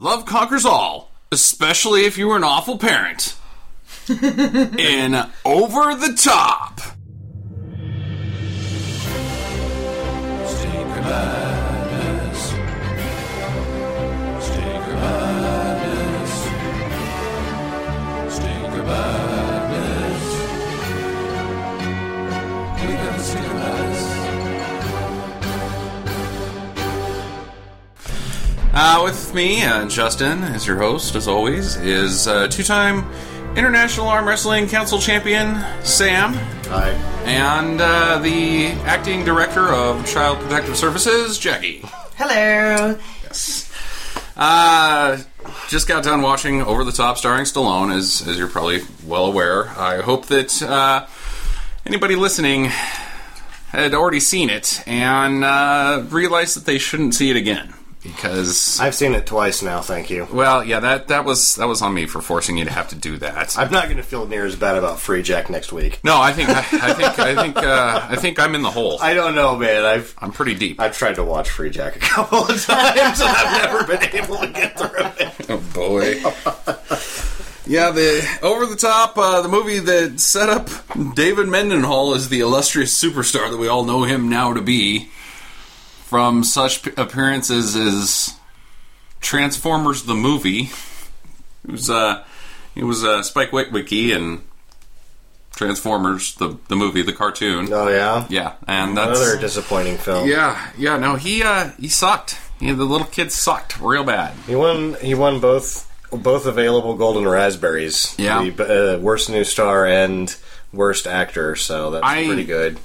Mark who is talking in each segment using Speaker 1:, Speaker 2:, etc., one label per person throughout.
Speaker 1: Love conquers all, especially if you were an awful parent. In Over the Top.
Speaker 2: Stinker Madness. Stinker Madness. Stinker Madness. We got the Stinker Madness.
Speaker 1: Uh, with me, uh, Justin, as your host, as always, is uh, two time International Arm Wrestling Council champion Sam.
Speaker 3: Hi.
Speaker 1: And uh, the acting director of Child Protective Services, Jackie.
Speaker 4: Hello.
Speaker 1: Uh, just got done watching Over the Top starring Stallone, as, as you're probably well aware. I hope that uh, anybody listening had already seen it and uh, realized that they shouldn't see it again. Because,
Speaker 3: I've seen it twice now, thank you.
Speaker 1: well, yeah, that, that was that was on me for forcing you to have to do that.
Speaker 3: I'm not going to feel near as bad about Free Jack next week.
Speaker 1: no, I think I, I think I think uh, I think I'm in the hole. I,
Speaker 3: I don't know, man. I've
Speaker 1: am pretty deep.
Speaker 3: I've tried to watch Free Jack a couple of times, and I've never been able to get through it.
Speaker 1: Oh boy. yeah, the over the top, uh, the movie that set up David Mendenhall as the illustrious superstar that we all know him now to be from such p- appearances as Transformers the movie. It was uh, it was uh, Spike Witwicky and Transformers the the movie, the cartoon.
Speaker 3: Oh yeah,
Speaker 1: Yeah, and that's
Speaker 3: another disappointing film.
Speaker 1: yeah, yeah. No, he uh, he sucked. Yeah, the little kid sucked real bad.
Speaker 3: He won. He won both both available Golden Raspberries.
Speaker 1: Yeah.
Speaker 3: the, uh, worst new star and worst actor. So that's
Speaker 1: I-
Speaker 3: pretty good.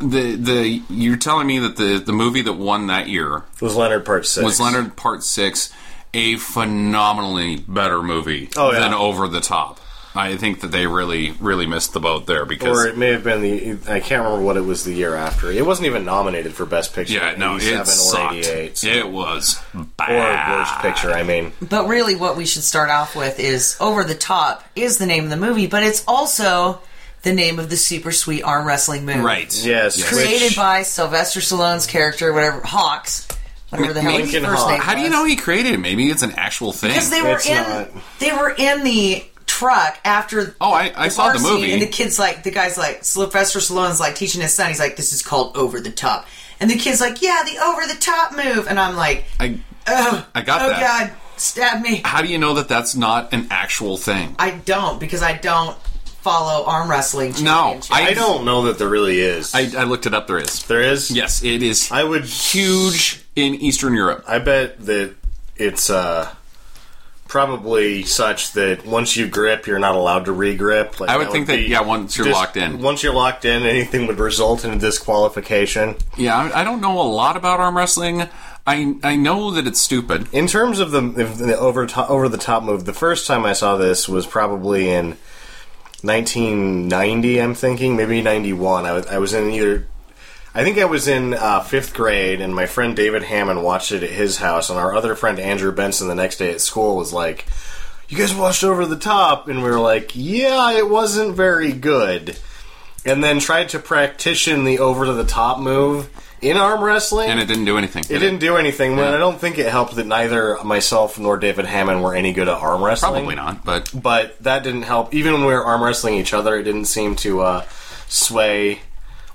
Speaker 1: the the you're telling me that the the movie that won that year
Speaker 3: Was Leonard Part Six?
Speaker 1: was Leonard Part Six, a phenomenally better movie
Speaker 3: Oh, yeah.
Speaker 1: than Over the Top. I think that they really really missed the boat there because
Speaker 3: Or it may have been the I can't remember what it was the year after. It wasn't even nominated for Best Picture.
Speaker 1: yeah no it
Speaker 3: 87 or
Speaker 1: sucked.
Speaker 3: 88. so-
Speaker 1: It was
Speaker 3: or
Speaker 1: bad.
Speaker 3: worst picture. I mean,
Speaker 4: But really, what we should start off with is Over the Top is the name of the movie, but it's also the name of the super sweet arm wrestling movie.
Speaker 1: Right.
Speaker 3: yes,
Speaker 4: Created
Speaker 3: which-
Speaker 4: by Sylvester Stallone's character, whatever, Hawks. Whatever the hell his
Speaker 3: Lincoln
Speaker 4: first
Speaker 3: Hawk.
Speaker 4: name
Speaker 1: How do you
Speaker 4: was.
Speaker 1: know he created it? Maybe it's an actual thing.
Speaker 4: Because they were
Speaker 3: It's
Speaker 4: in
Speaker 3: not.
Speaker 4: they were in the truck after
Speaker 1: Oh, I- I saw
Speaker 4: bar
Speaker 1: the
Speaker 4: scene,
Speaker 1: movie.
Speaker 4: and the kids like the guy's like Sylvester Stallone's like teaching his son he's like this is called over the top and the kid's like yeah the over the top move and I'm like
Speaker 1: I,
Speaker 4: oh
Speaker 1: I got
Speaker 4: oh
Speaker 1: that.
Speaker 4: god stab me
Speaker 1: how do you know that that's not an actual thing?
Speaker 4: I don't because I don't follow arm wrestling
Speaker 1: no,
Speaker 4: championship.
Speaker 1: I,
Speaker 3: I don't know that there really is.
Speaker 1: I, I looked it up. There is.
Speaker 3: there is.
Speaker 1: Yes, it is
Speaker 3: I would.
Speaker 1: huge in Eastern Europe.
Speaker 3: I bet that it's uh, probably such that once you grip, you're not allowed to re-grip. Like,
Speaker 1: I would think that,
Speaker 3: be
Speaker 1: yeah, once you're
Speaker 3: dis-
Speaker 1: locked in.
Speaker 3: Once you're locked in, anything would result in a disqualification.
Speaker 1: Yeah, I, I don't know a lot about arm wrestling. I I know that it's stupid.
Speaker 3: In terms of the, of the over to, over the top move, the first time I saw this was probably in 1990. I'm thinking maybe 91. I was I was in either. I think I was in uh, fifth grade, and my friend David Hammond watched it at his house, and our other friend Andrew Benson the next day at school was like, "You guys watched Over the Top," and we were like, "Yeah, it wasn't very good." And then tried to practice the over to the top move in arm wrestling,
Speaker 1: And it didn't do anything.
Speaker 3: it didn't do anything. When I don't think it helped that neither myself nor David Hammond were any good at arm wrestling.
Speaker 1: Probably not, but
Speaker 3: But that didn't help. Even when we were arm wrestling each other, it didn't seem to uh, sway.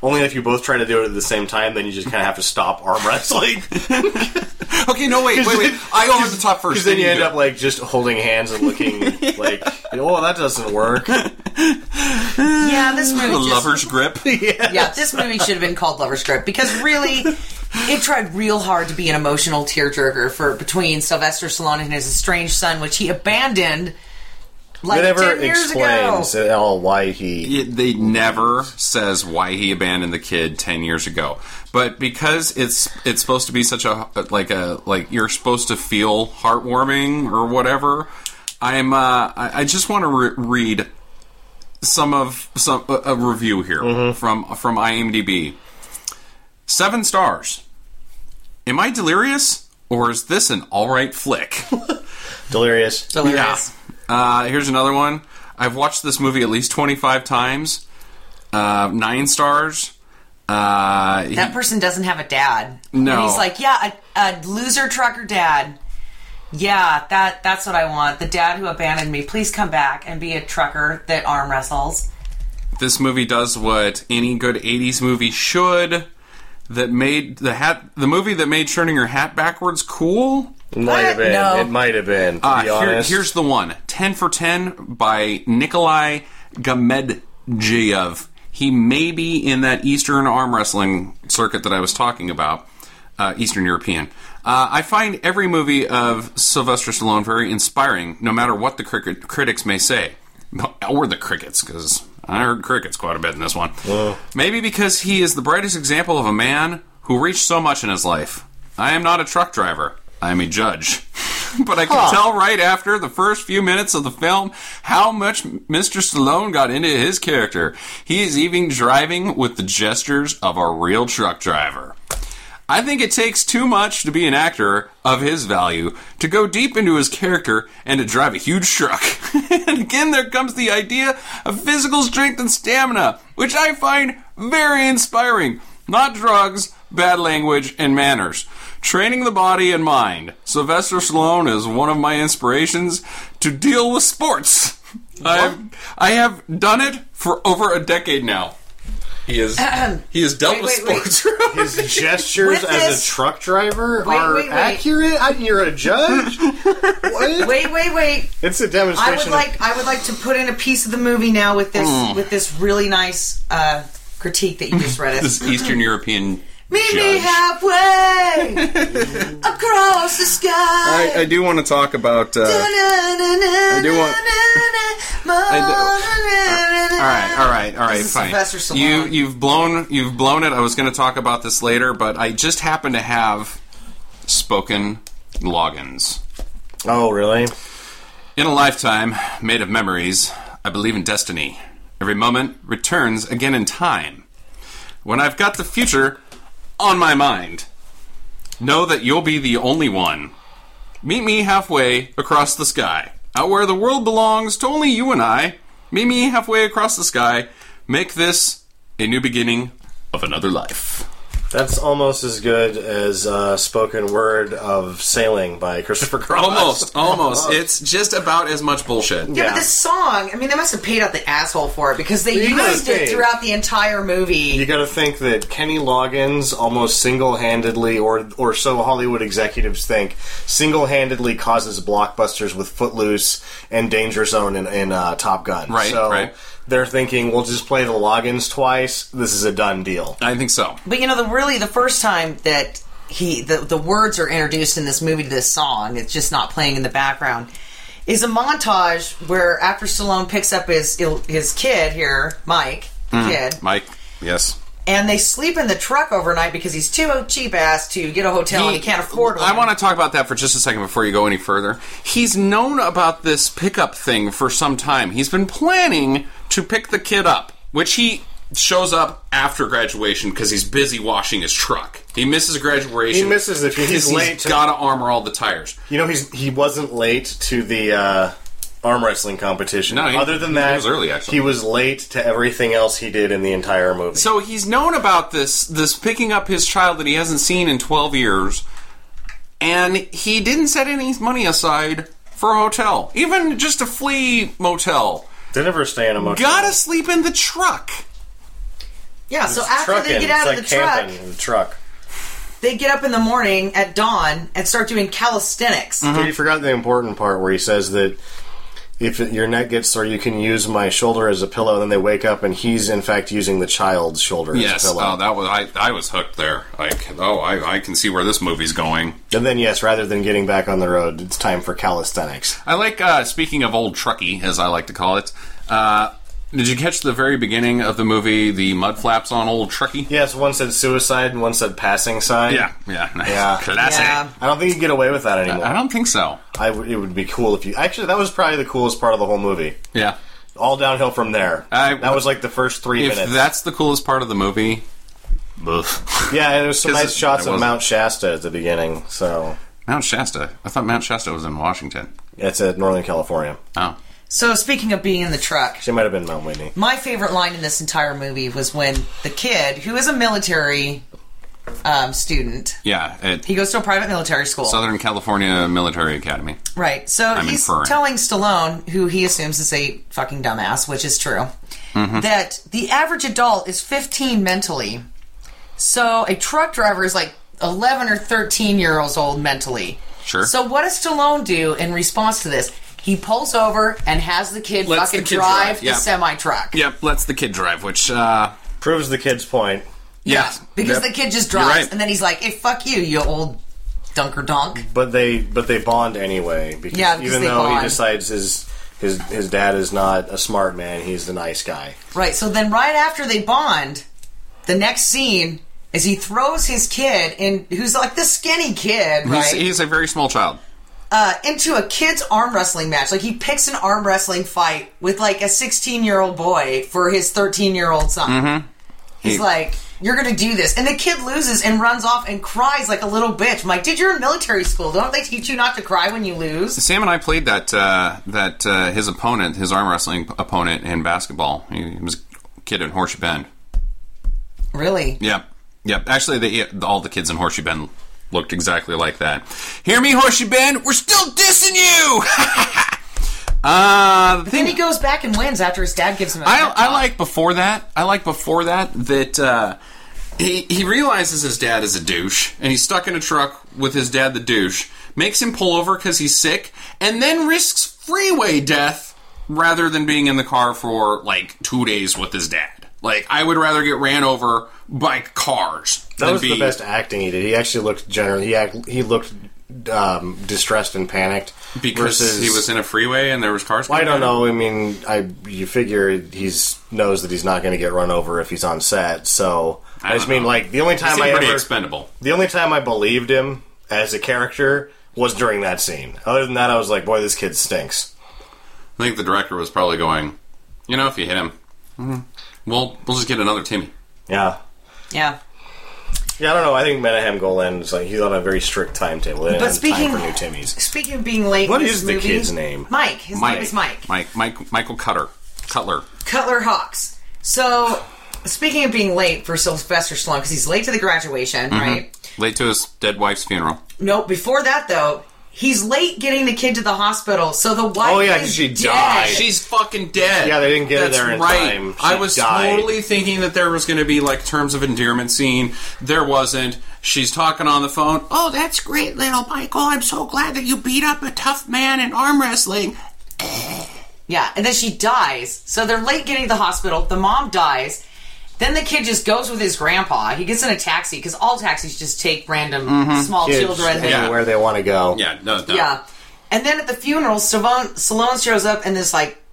Speaker 3: Only if you both try to do it at the same time, then you just kind of have to stop arm wrestling.
Speaker 1: okay. No, wait, wait, wait. I go over the top first.
Speaker 3: Because then you end
Speaker 1: do.
Speaker 3: up like just holding hands and looking like, oh, that doesn't work.
Speaker 4: yeah this movie
Speaker 1: the
Speaker 4: just-
Speaker 1: lover's grip.
Speaker 4: yeah this movie should have been called Lover's Grip because really it tried real hard to be an emotional tearjerker for between Sylvester Stallone and his estranged son which he abandoned like
Speaker 3: It never
Speaker 4: 10 years ago
Speaker 3: explains at all why he.
Speaker 1: It, they never says why he abandoned the kid ten years ago, but because it's it's supposed to be such a like a like you're supposed to feel heartwarming or whatever. I'm uh, I, I just want to re- read some of some a a review here from from IMDb. Seven stars. Am I delirious or is this an all right flick?
Speaker 3: Delirious.
Speaker 4: Delirious.
Speaker 1: Uh, here's another one. I've watched this movie at least 25 times. Uh, nine stars. Uh, he-
Speaker 4: that person doesn't have a dad
Speaker 1: No.
Speaker 4: And he's like yeah a, a loser trucker dad Yeah, that that's what I want. The dad who abandoned me, please come back and be a trucker that arm wrestles.
Speaker 1: This movie does what any good '80s movie should. That made the hat the movie that made turning your hat backwards cool.
Speaker 3: Might have been.
Speaker 4: No.
Speaker 3: It might have been. To
Speaker 1: Uh,
Speaker 3: be
Speaker 1: here-
Speaker 3: honest,
Speaker 1: here's the one 10 for 10 by Nikolai Gamedjev. He may be in that Eastern arm wrestling circuit that I was talking about, uh, Eastern European. Uh, I find every movie of Sylvester Stallone very inspiring, no matter what the cricket, critics may say. Or the crickets, because I heard crickets quite a bit in this one. Maybe because he is the brightest example of a man who reached so much in his life. I am not a truck driver. I am a judge. but I can tell right after the first few minutes of the film how much Mr. Stallone got into his character. He is even driving with the gestures of a real truck driver. I think it takes too much to be an actor of his value to go deep into his character and to drive a huge truck. and again, there comes the idea of physical strength and stamina, which I find very inspiring. Not drugs, bad language, and manners. Training the body and mind. Sylvester Stallone is one of my inspirations to deal with sports. I've, I have done it for over a decade now. He is he has dealt
Speaker 4: Wait,
Speaker 1: with
Speaker 4: wait, wait.
Speaker 1: sports.
Speaker 3: his gestures
Speaker 4: With
Speaker 3: as
Speaker 4: this-
Speaker 3: a truck driver
Speaker 4: Wait,
Speaker 3: are
Speaker 4: wait, wait.
Speaker 3: accurate. I, you're a judge. what?
Speaker 4: Wait, wait, wait.
Speaker 3: It's a
Speaker 4: I
Speaker 3: demonstration.
Speaker 4: would
Speaker 3: of-
Speaker 4: like I would like to put in a piece of the movie now with this
Speaker 1: Mm.
Speaker 4: with this really nice uh, critique that you just read us.
Speaker 1: this Eastern European
Speaker 4: Meet me
Speaker 1: judge.
Speaker 4: halfway across the sky.
Speaker 1: I, I do want to talk about. Uh,
Speaker 4: I
Speaker 1: do want- Uh, all right, all right, all right,
Speaker 4: This is
Speaker 1: fine.
Speaker 4: Sylvester Stallone.
Speaker 1: You you've blown you've blown it. I was going to talk about this later, but I just happen to have spoken logins
Speaker 3: oh, really?
Speaker 1: in a lifetime made of memories. I believe in destiny. Every moment returns again in time. When I've got the future on my mind, know that you'll be the only one Meet me halfway across the sky, out where the world belongs to only you and I. Meet me halfway across the sky. Make this a new beginning of another life.
Speaker 3: That's almost as good as uh, spoken word of sailing by Christopher Cross.
Speaker 1: Almost, almost. It's just about as much bullshit.
Speaker 4: Yeah,
Speaker 3: Yeah.
Speaker 4: but this song, I mean, they must have paid out the asshole for it because they
Speaker 3: You gotta
Speaker 4: used it
Speaker 3: think.
Speaker 4: throughout the entire
Speaker 3: You
Speaker 4: movie.
Speaker 3: got to think that Kenny Loggins almost single-handedly, or or so Hollywood executives think, single-handedly causes blockbusters with Footloose and Danger Zone and, and uh, Top Gun.
Speaker 1: Right,
Speaker 3: So
Speaker 1: right.
Speaker 3: they're thinking we'll just play the Loggins twice. This is a done deal.
Speaker 1: I think so.
Speaker 4: But you know, the really the first time that he the the words are introduced in this movie to this song, it's just not playing in the background. Is a montage where after Stallone picks up his his kid here, Mike, the kid,
Speaker 1: Mm-hmm. Mike, yes.
Speaker 4: and they sleep in the truck overnight because he's too cheap ass to get a hotel and he can't afford one.
Speaker 1: I want to talk about that for just a second before you go any further. He's known about this pickup thing for some time. He's been planning to pick the kid up, which he shows up after graduation because he's busy washing his truck. He misses graduation.
Speaker 3: He misses it. He's
Speaker 1: 'cause
Speaker 3: late to-
Speaker 1: got to armor all the tires.
Speaker 3: You know, he's he wasn't late to the uh, arm wrestling competition.
Speaker 1: No, he-
Speaker 3: Other than
Speaker 1: he
Speaker 3: that,
Speaker 1: was early, actually.
Speaker 3: He was late to everything else he did in the entire movie.
Speaker 1: So he's known about this this picking up his child that he hasn't seen in 12 years and he didn't set any money aside for a hotel, even just a flea motel.
Speaker 3: they never stay in a motel.
Speaker 1: Gotta sleep in the truck.
Speaker 4: yeah, so after they get out of the truck,
Speaker 3: in the truck.
Speaker 4: they get up in the morning at dawn and start doing calisthenics.
Speaker 1: Mm-hmm.
Speaker 3: Dude, you forgot the important part where he says that if your neck gets sore, you can use my shoulder as a pillow. Then they wake up, and he's in fact using the child's shoulder as
Speaker 1: Yes.
Speaker 3: a pillow.
Speaker 1: Oh, that was I. I was hooked there. Like, oh, I, I can see where this movie's going.
Speaker 3: and then, yes, rather than getting back on the road, it's time for calisthenics.
Speaker 1: I like uh, speaking of old trucky, as I like to call it. Uh, did you catch the very beginning of the movie? The mud flaps on old trucky.
Speaker 3: Yes, one said suicide, and one said passing sign.
Speaker 1: Yeah. Uh, Yeah. Nice.
Speaker 3: Yeah.
Speaker 1: Classic.
Speaker 4: Yeah.
Speaker 3: I don't think you get away with that anymore.
Speaker 1: I don't think so.
Speaker 3: I w- it would be cool if you actually. That was probably the coolest part of the whole movie.
Speaker 1: Yeah.
Speaker 3: All downhill from there.
Speaker 1: I-
Speaker 3: that was like the first three
Speaker 1: If
Speaker 3: minutes.
Speaker 1: that's the coolest part of the movie.
Speaker 3: yeah, and there was some
Speaker 1: 'Cause
Speaker 3: nice
Speaker 1: it-
Speaker 3: shots
Speaker 1: it
Speaker 3: of
Speaker 1: wasn't-
Speaker 3: Mount Shasta at the beginning. So
Speaker 1: Mount Shasta. I thought Mount Shasta was in Washington.
Speaker 3: it's at Northern California.
Speaker 1: Oh.
Speaker 4: So speaking of being in the truck,
Speaker 3: She might have been Mount Whitney.
Speaker 4: my favorite line in this entire movie was when the kid, who is a military um, student.
Speaker 1: Yeah, at
Speaker 4: He goes to a private military school.
Speaker 1: Southern California Military Academy.
Speaker 4: Right. So he's
Speaker 1: inferring.
Speaker 4: telling Stallone, who he assumes is a fucking dumbass, which is true,
Speaker 1: Mm-hmm.
Speaker 4: that the average adult is 15 mentally. So a truck driver is like 11 or 13 years old mentally.
Speaker 1: Sure.
Speaker 4: So what does Stallone do in response to this? He pulls over and has the kid
Speaker 1: Lets
Speaker 4: fucking
Speaker 1: the kid
Speaker 4: drive,
Speaker 1: drive,
Speaker 4: the
Speaker 1: yeah.
Speaker 4: semi truck.
Speaker 1: Yep, let's the kid drive, which uh
Speaker 3: Proves the kid's point.
Speaker 1: yeah, Yep.
Speaker 4: Because the kid just
Speaker 1: You're
Speaker 4: drives
Speaker 1: right.
Speaker 4: and then he's like, hey, fuck you, you old dunker donk.
Speaker 3: But they but they bond anyway because,
Speaker 4: Yeah, because
Speaker 3: even
Speaker 4: they
Speaker 3: though he
Speaker 4: bond.
Speaker 3: decides his his his dad is not a smart man, he's the nice guy.
Speaker 4: Right. So then, right after they bond, the next scene is he throws his kid in, who's like this skinny kid, right,
Speaker 1: he's, he's a very small child.
Speaker 4: uh, into a kid's arm wrestling match. Like he picks an arm wrestling fight with like a 16 year old boy for his 13 year old son. He's
Speaker 1: Mm-hmm. He-
Speaker 4: like. You're gonna do this, and the kid loses and runs off and cries like a little bitch. I'm like, did you're in military school? Don't they teach you not to cry when you lose?
Speaker 1: Sam and I played that uh, that uh, his opponent, his arm wrestling opponent in basketball. He, he was a kid in Horseshoe Bend.
Speaker 4: Really?
Speaker 1: Yep, yep. Actually, the, all the kids in Horseshoe Bend looked exactly like that. Hear me, Horseshoe Bend? We're still dissing you. uh, the
Speaker 4: Then
Speaker 1: thing
Speaker 4: he goes back and wins after his dad gives him. a
Speaker 1: I,
Speaker 4: pep
Speaker 1: I
Speaker 4: talk.
Speaker 1: like before that. I like before that that uh, he he realizes his dad is a douche, and he's stuck in a truck with his dad, the douche. Makes him pull over because he's sick, and then risks freeway death rather than being in the car for like two days with his dad. Like I would rather get ran over by cars
Speaker 3: That
Speaker 1: than
Speaker 3: was
Speaker 1: be
Speaker 3: the best acting he did. He actually looked generally he act, he looked um, distressed and panicked
Speaker 1: because
Speaker 3: versus-
Speaker 1: he was in a freeway and there was cars.
Speaker 3: I
Speaker 1: coming.
Speaker 3: don't know. I mean, I you figure he's knows that he's not going to get run over if he's on set. So I,
Speaker 1: don't
Speaker 3: just mean
Speaker 1: know.
Speaker 3: like the only
Speaker 1: He
Speaker 3: time
Speaker 1: seemed
Speaker 3: I
Speaker 1: pretty
Speaker 3: ever
Speaker 1: expendable.
Speaker 3: the only time I believed him as a character was during that scene. Other than that, I was like, boy, this kid stinks.
Speaker 1: I think the director was probably going, you know, if you hit him, we'll we'll just get another Timmy.
Speaker 3: Yeah.
Speaker 4: yeah.
Speaker 3: Yeah, I don't know. I think Menahem Golan is like he's on a very strict timetable. They didn't
Speaker 4: But
Speaker 3: have
Speaker 4: speaking-
Speaker 3: time for new Timmys.
Speaker 4: Speaking of being late,
Speaker 3: What
Speaker 4: in this
Speaker 3: is the
Speaker 4: movie-
Speaker 3: kid's name?
Speaker 4: Mike. His name is Mike.
Speaker 1: Mike, Mike, Michael Cutter, Cutler.
Speaker 4: Cutler Hawks. So, speaking of being late for Sylvester Stallone, because he's late to the graduation, right?
Speaker 1: Late to his dead wife's funeral.
Speaker 4: No, before that though, he's late getting the kid to the hospital. So the wife.
Speaker 3: Oh, yeah,
Speaker 4: is
Speaker 3: 'cause she
Speaker 4: dead.
Speaker 3: died.
Speaker 1: She's fucking dead.
Speaker 3: Yeah, they didn't get her there in time. She
Speaker 1: I was
Speaker 3: died.
Speaker 1: totally thinking that there was going to be like terms of endearment scene. There wasn't. She's talking on the phone. Oh, that's great, little Michael. I'm so glad that you beat up a tough man in arm wrestling.
Speaker 4: Yeah, and then she dies. So they're late getting to the hospital. The mom dies. Then the kid just goes with his grandpa. He gets in a taxi because all taxis just take random small
Speaker 3: Kids
Speaker 4: children.
Speaker 3: and
Speaker 1: Yeah.
Speaker 3: where they want to go.
Speaker 1: Yeah, no, no.
Speaker 4: Yeah. And then at the funeral, Savone, Stallone shows up in this like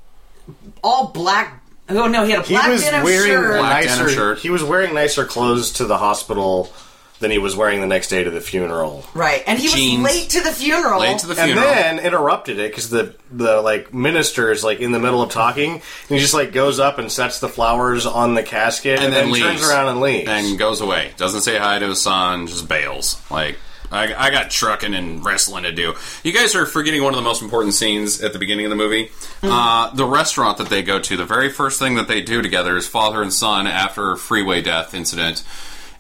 Speaker 4: all black. Oh no, he had a
Speaker 3: He
Speaker 4: black
Speaker 3: was
Speaker 4: denim
Speaker 3: wearing
Speaker 4: shirt.
Speaker 1: Black denim
Speaker 3: nicer.
Speaker 1: shirt.
Speaker 3: He was wearing nicer clothes to the hospital than he was wearing the next day to the funeral.
Speaker 4: Right, and he
Speaker 1: Jeans.
Speaker 4: was late to the funeral.
Speaker 1: Late to the
Speaker 3: and
Speaker 1: funeral.
Speaker 3: then interrupted it because the the like minister is like in the middle of talking and he just like goes up and sets the flowers on the casket and, then, turns around and leaves.
Speaker 1: and goes away. Doesn't say hi to his son. Just bails. Like I, I got trucking and wrestling to do. You guys are forgetting one of the most important scenes at the beginning of the movie. Uh, the restaurant that they go to. The very first thing that they do together is father and son after a freeway death incident.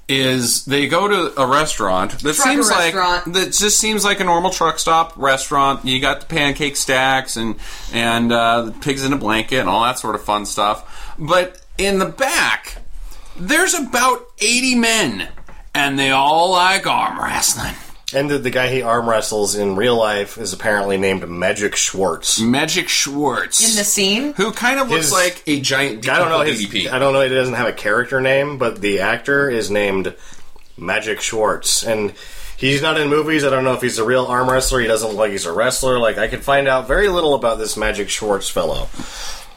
Speaker 1: Is they go to a restaurant that
Speaker 4: Trucker
Speaker 1: seems
Speaker 4: restaurant.
Speaker 1: like that just seems like a normal truck stop restaurant. You got the pancake stacks and and uh, the pigs in a blanket and all that sort of fun stuff. But in the back, there's about 80 men, and they all like arm wrestling.
Speaker 3: And the, the guy he arm wrestles in real life is apparently named Magic Schwartz.
Speaker 1: Magic Schwartz.
Speaker 4: in the scene.
Speaker 1: who kind of looks
Speaker 3: His-
Speaker 1: like a giant
Speaker 3: I don't know his,
Speaker 1: DDP.
Speaker 3: I don't know. He doesn't have a character name, but the actor is named Magic Schwartz, and he's not in movies. I don't know if he's a real arm wrestler. He doesn't look like he's a wrestler. Like I could find out very little about this Magic Schwartz fellow.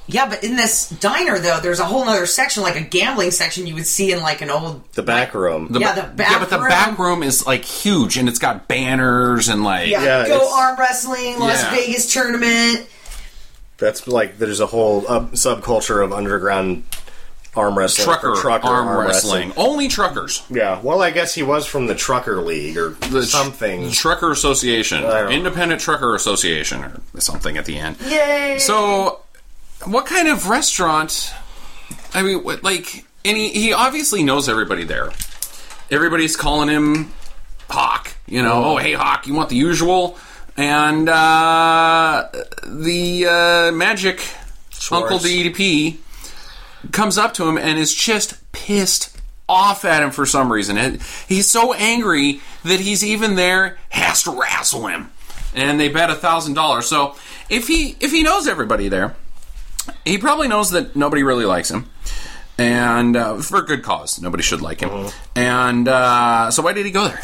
Speaker 4: Yeah, but in this diner though, there's a whole other section, like a gambling section you would see in like an old.
Speaker 3: The back room.
Speaker 4: yeah, the back
Speaker 1: yeah, but the
Speaker 4: room.
Speaker 1: back room is like huge, and it's got banners and like
Speaker 4: Yeah,
Speaker 3: Yeah,
Speaker 4: go
Speaker 3: it's-
Speaker 4: arm wrestling, Las
Speaker 1: Yeah.
Speaker 4: Vegas tournament.
Speaker 3: That's like there's a whole uh, subculture of underground arm wrestling,
Speaker 1: trucker,
Speaker 3: or trucker
Speaker 1: arm, wrestling. Only truckers.
Speaker 3: Yeah, well, I guess he was from the trucker league or
Speaker 1: The tr-
Speaker 3: something.
Speaker 1: Trucker Association,
Speaker 3: don't know.
Speaker 1: Independent Trucker Association, or something at the end.
Speaker 4: Yay!
Speaker 1: So, what kind of restaurant? I mean, what, like, and he, he obviously knows everybody there. everybody's calling him Hawk. You know, oh hey Hawk, you want the usual? And uh, the uh, magic Uncle DDP comes up to him and is just pissed off at him for some reason. And he's so angry that he's even there has to wrestle him, and they bet a thousand dollars. So if he if he knows everybody there, he probably knows that nobody really likes him. And uh, for good cause, nobody should like him.
Speaker 3: Mm-hmm.
Speaker 1: And uh, so, why did he go there?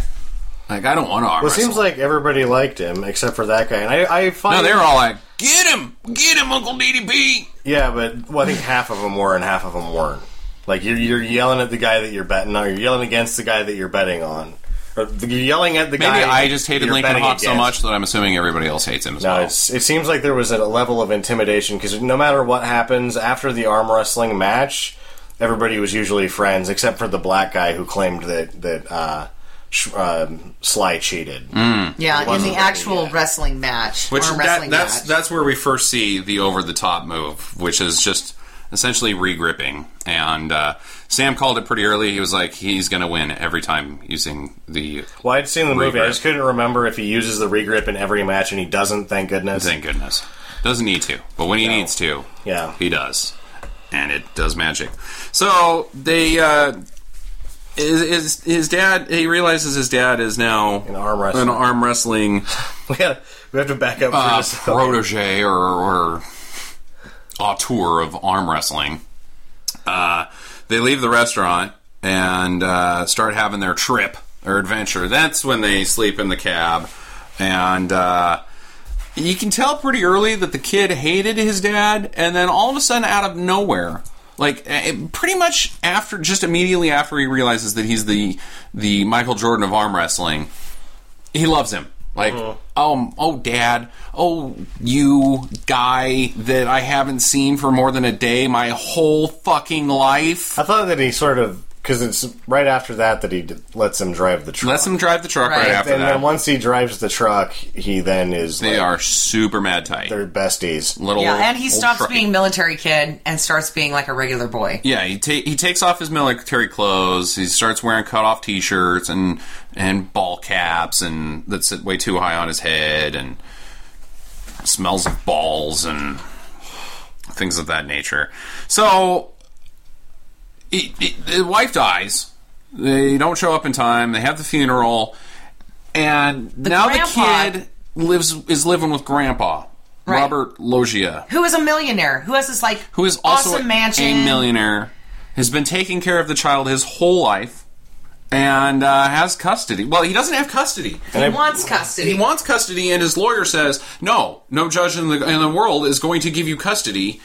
Speaker 1: Like, I don't want to. Arm
Speaker 3: Well, it seems like everybody liked him except for that guy, and I, I find
Speaker 1: no, they were all like, "Get him, get him, Uncle DDP."
Speaker 3: yeah, but well, I think half of them were and half of them weren't. Like you're you're yelling at the guy that you're betting on, you're yelling against the guy that you're betting on, or the- you're yelling at the guy.
Speaker 1: Maybe I just hated
Speaker 3: you're
Speaker 1: Lincoln
Speaker 3: betting
Speaker 1: Hawk so
Speaker 3: against.
Speaker 1: much that I'm assuming everybody else hates him as
Speaker 3: No,
Speaker 1: well.
Speaker 3: it's, it seems like there was a level of intimidation because no matter what happens after the arm wrestling match, everybody was usually friends except for the black guy who claimed that that uh, sh- um, Sly cheated.
Speaker 1: Mm.
Speaker 4: Yeah, in
Speaker 3: wasn't
Speaker 4: the
Speaker 3: really,
Speaker 4: actual
Speaker 3: yeah.
Speaker 4: wrestling match.
Speaker 1: Which
Speaker 4: arm
Speaker 1: that-
Speaker 4: wrestling
Speaker 1: that's
Speaker 4: match.
Speaker 1: that's where we first see the over the top move, which is just essentially regripping. And uh, Sam called it pretty early. He was like, "He's going to win every time using the."
Speaker 3: Well, I'd seen the movie. I
Speaker 1: Regrip.
Speaker 3: just couldn't remember if he uses the regrip in every match, and he doesn't. Thank goodness.
Speaker 1: Thank goodness, doesn't need to, but when he needs to,
Speaker 3: Yeah.
Speaker 1: he does, and it does magic. So they. Uh, is, is his dad? He realizes his dad is now an
Speaker 3: arm wrestler.
Speaker 1: An arm wrestling
Speaker 3: we, gotta, we have to back up.
Speaker 1: uh,
Speaker 3: for this.
Speaker 1: protege or, or auteur of arm wrestling. Uh, they leave the restaurant and uh, start having their trip, their adventure. That's when they sleep in the cab. And uh, you can tell pretty early that the kid hated his dad, and then all of a sudden, out of nowhere, like eh, pretty much after, just immediately after he realizes that he's the the Michael Jordan of arm wrestling, he loves him. Like,
Speaker 4: Uh-huh.
Speaker 1: um, oh, dad, oh, you guy that I haven't seen for more than a day my whole fucking life.
Speaker 3: I thought that he sort of because it's right after that that he d- lets him drive the truck.
Speaker 1: Lets him drive the truck right,
Speaker 4: Right.
Speaker 1: after
Speaker 3: and
Speaker 1: that.
Speaker 3: then once he drives the truck, he then is
Speaker 1: they
Speaker 3: like,
Speaker 1: are super mad tight.
Speaker 3: their besties.
Speaker 1: Little
Speaker 4: yeah, and he
Speaker 1: old
Speaker 4: stops
Speaker 1: truckie.
Speaker 4: being military kid and starts being like a regular boy.
Speaker 1: Yeah, he ta- he takes off his military clothes. He starts wearing cut off t shirts and and ball caps and that sit way too high on his head and smells of balls and things of that nature. So, he- he- the wife dies. They don't show up in time. They have the funeral, and now
Speaker 4: grandpa-
Speaker 1: the kid lives is living with Grandpa
Speaker 4: Right.
Speaker 1: Robert Loggia
Speaker 4: Who is a millionaire? Who has this like
Speaker 1: who is also
Speaker 4: awesome mansion?
Speaker 1: a millionaire, has been taking care of the child his whole life, and uh, has custody. Well, he doesn't have custody.
Speaker 4: He wants custody.
Speaker 1: He wants custody, and his lawyer says, "No, no judge in the in the world is going to give you custody."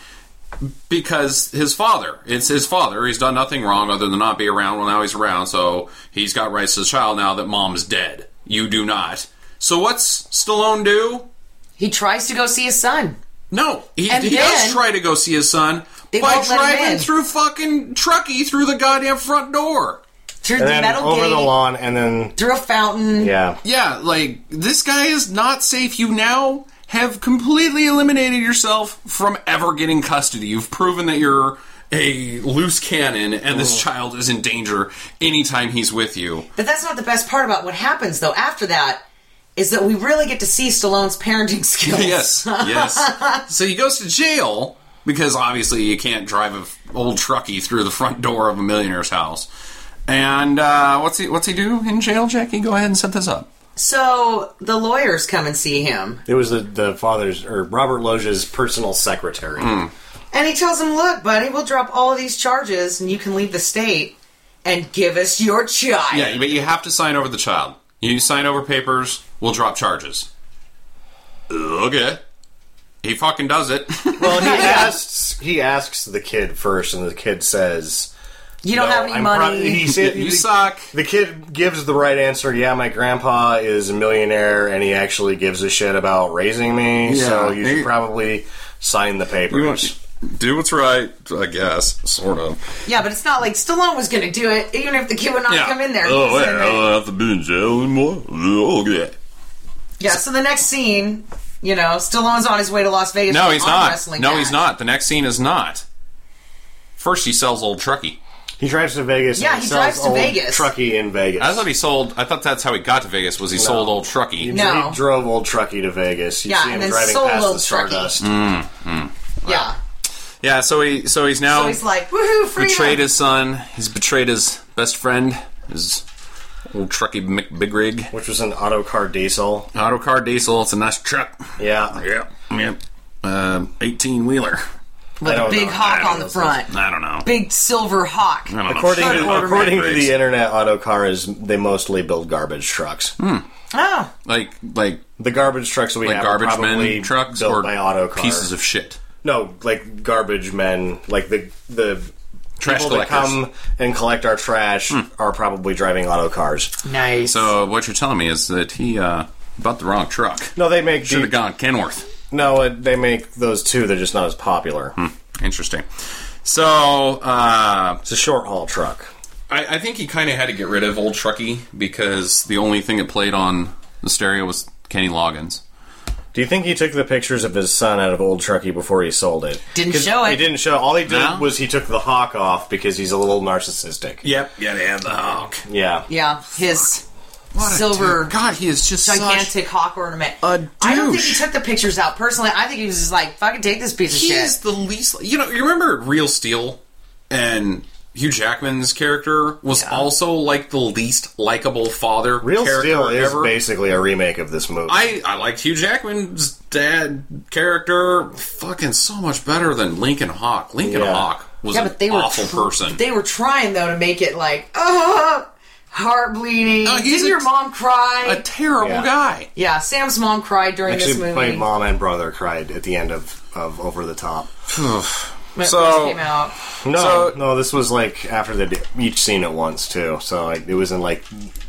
Speaker 1: Because his father, it's his father. He's done nothing wrong other than not be around. Well, now he's around, so he's got rights to the child. Now that mom is dead, you do not. So what's Stallone do?
Speaker 4: he tries to go see his son.
Speaker 1: No, he,
Speaker 4: And
Speaker 1: he
Speaker 4: then-
Speaker 1: does try to go see his son
Speaker 4: They
Speaker 1: by
Speaker 4: won't let him
Speaker 1: driving
Speaker 4: in.
Speaker 1: through fucking Truckee through the goddamn front door.
Speaker 4: Through
Speaker 3: And
Speaker 4: the
Speaker 3: then
Speaker 4: metal
Speaker 3: over
Speaker 4: gate,
Speaker 3: the lawn, and then
Speaker 4: through a fountain.
Speaker 3: yeah,
Speaker 1: Yeah, like this guy is not safe. You now have completely eliminated yourself from ever getting custody. You've proven that you're a loose cannon, and this child is in danger anytime he's with you.
Speaker 4: But that's not the best part about what happens though. After that is that we really get to see Stallone's parenting skills.
Speaker 1: Yes, yes. so he goes to jail because obviously you can't drive a f- old truckie through the front door of a millionaire's house. And uh, what's he what's he do in jail, Jackie? Go ahead and set this up.
Speaker 4: So the lawyers come and see him.
Speaker 3: it was the, the father's or Robert Loggia's personal secretary.
Speaker 1: Hmm.
Speaker 4: And he tells him, Look, buddy, we'll drop all of these charges and you can leave the state and give us your child.
Speaker 1: Yeah, but you have to sign over the child. You sign over papers, we'll drop charges. Okay. He fucking does it.
Speaker 3: Well, he asks he asks the kid first, and the kid says,
Speaker 4: You don't
Speaker 3: "No,
Speaker 4: have any
Speaker 3: I'm pro-
Speaker 4: money.
Speaker 3: he said,
Speaker 1: you suck.
Speaker 3: The kid gives the right answer. Yeah, my grandpa is a millionaire, and he actually gives a shit about raising me. so
Speaker 1: Yeah,
Speaker 3: you
Speaker 1: he-
Speaker 3: should probably sign the papers.
Speaker 1: Do what's right, I guess, sort of.
Speaker 4: yeah, but it's not like Stallone was going to do it, even if the kid would not
Speaker 1: Yeah.
Speaker 4: come in there.
Speaker 1: Oh,
Speaker 4: He's in there.
Speaker 1: have to be in jail anymore. Oh, Okay.
Speaker 4: Yeah, so the next scene, you know, Stallone's on his way to Las Vegas.
Speaker 1: No,
Speaker 4: for
Speaker 1: he's
Speaker 4: an arm
Speaker 1: not.
Speaker 4: wrestling
Speaker 1: No,
Speaker 4: match.
Speaker 1: he's not. The next scene is not. First, he sells old Truckee.
Speaker 3: He drives to Vegas.
Speaker 4: Yeah,
Speaker 3: and
Speaker 4: he
Speaker 3: sells
Speaker 4: drives to
Speaker 3: old
Speaker 4: Vegas.
Speaker 3: Truckee in Vegas.
Speaker 1: I thought he sold. I thought that's how he got to Vegas. Was he sold old Truckee?
Speaker 4: No.
Speaker 3: He drove old Truckee to Vegas. You
Speaker 4: Yeah,
Speaker 3: see him
Speaker 4: and then
Speaker 3: driving
Speaker 4: sold
Speaker 3: past
Speaker 4: old
Speaker 3: the
Speaker 4: Truckee.
Speaker 3: Stardust.
Speaker 4: Yeah.
Speaker 1: Yeah. So he. So he's now
Speaker 4: So he's like, woohoo, freedom.
Speaker 1: betrayed his son. He's betrayed his best friend. His old Truckee Mc- Big Rig
Speaker 3: Which was an auto car diesel.
Speaker 1: auto car diesel. It's a nice truck.
Speaker 3: Yeah.
Speaker 1: Yep. Yep. Um, Eighteen wheeler.
Speaker 4: with
Speaker 3: I
Speaker 4: a
Speaker 3: don't
Speaker 4: big
Speaker 3: know. I
Speaker 4: hawk
Speaker 3: don't
Speaker 4: on the
Speaker 3: know.
Speaker 4: front.
Speaker 1: I don't know.
Speaker 4: Big silver hawk.
Speaker 1: I don't know.
Speaker 3: According
Speaker 1: Shut
Speaker 3: to,
Speaker 1: up,
Speaker 3: according
Speaker 1: Big
Speaker 3: to
Speaker 1: Rigs.
Speaker 3: the internet, auto car is they mostly build garbage trucks.
Speaker 4: Oh.
Speaker 1: like like
Speaker 3: The garbage trucks we
Speaker 1: Hmm. like
Speaker 3: have are
Speaker 1: garbage
Speaker 3: probably
Speaker 1: men trucks
Speaker 3: built
Speaker 1: or
Speaker 3: by auto cars.
Speaker 1: pieces of shit.
Speaker 3: no, like garbage men, like the the
Speaker 1: Trash
Speaker 3: people that
Speaker 1: collectors. Hmm.
Speaker 3: come and collect our trash are probably driving auto cars.
Speaker 4: Nice.
Speaker 1: So what you're telling me is that he uh, bought the wrong truck.
Speaker 3: No, they make
Speaker 1: Should
Speaker 3: the,
Speaker 1: have gone Kenworth.
Speaker 3: no, uh, they make those too. They're just not as popular.
Speaker 1: Hmm. Interesting. So uh,
Speaker 3: It's a short haul truck.
Speaker 1: I, I think he kind of had to get rid of old Truckee because the only thing it played on the stereo was Kenny Loggins.
Speaker 3: Do you think he took the pictures of his son out of old Truckee before he sold it?
Speaker 4: Didn't
Speaker 3: 'Cause
Speaker 4: show it.
Speaker 3: He didn't show. All he did
Speaker 1: No?
Speaker 3: was he took the hawk off because he's a little narcissistic.
Speaker 1: Yep. Yeah. They had the hawk.
Speaker 3: Yeah.
Speaker 4: yeah, his silver
Speaker 1: God, he is just Such,
Speaker 4: gigantic hawk ornament.
Speaker 1: a
Speaker 4: I don't think he
Speaker 1: douche.
Speaker 4: took the pictures out personally. I think he was just like, fucking take this piece of
Speaker 1: he's
Speaker 4: shit.
Speaker 1: the least. You know, you remember Real Steel and. Hugh Jackman's character was also like the least likable father
Speaker 3: Real
Speaker 1: character
Speaker 3: Steel is
Speaker 1: ever.
Speaker 3: basically a remake of this movie.
Speaker 1: I, I liked Hugh Jackman's dad character fucking so much better than Lincoln Hawk. Lincoln
Speaker 3: Yeah.
Speaker 1: Hawk was
Speaker 4: Yeah,
Speaker 1: an
Speaker 4: but they were
Speaker 1: awful
Speaker 4: tr-
Speaker 1: person.
Speaker 4: They were trying though to make it like, oh, heart bleeding.
Speaker 1: Uh, he's
Speaker 4: Didn't
Speaker 1: a-
Speaker 4: your mom cry?
Speaker 1: a terrible
Speaker 3: Yeah.
Speaker 1: guy.
Speaker 4: yeah, Sam's mom cried during this
Speaker 3: Actually,
Speaker 4: movie.
Speaker 3: my mom and brother cried at the end of, of Over the Top.
Speaker 4: when it
Speaker 1: So-
Speaker 4: first came out.
Speaker 3: No,
Speaker 1: So-
Speaker 3: no, this was like after they did each scene at once too. So I, it was in like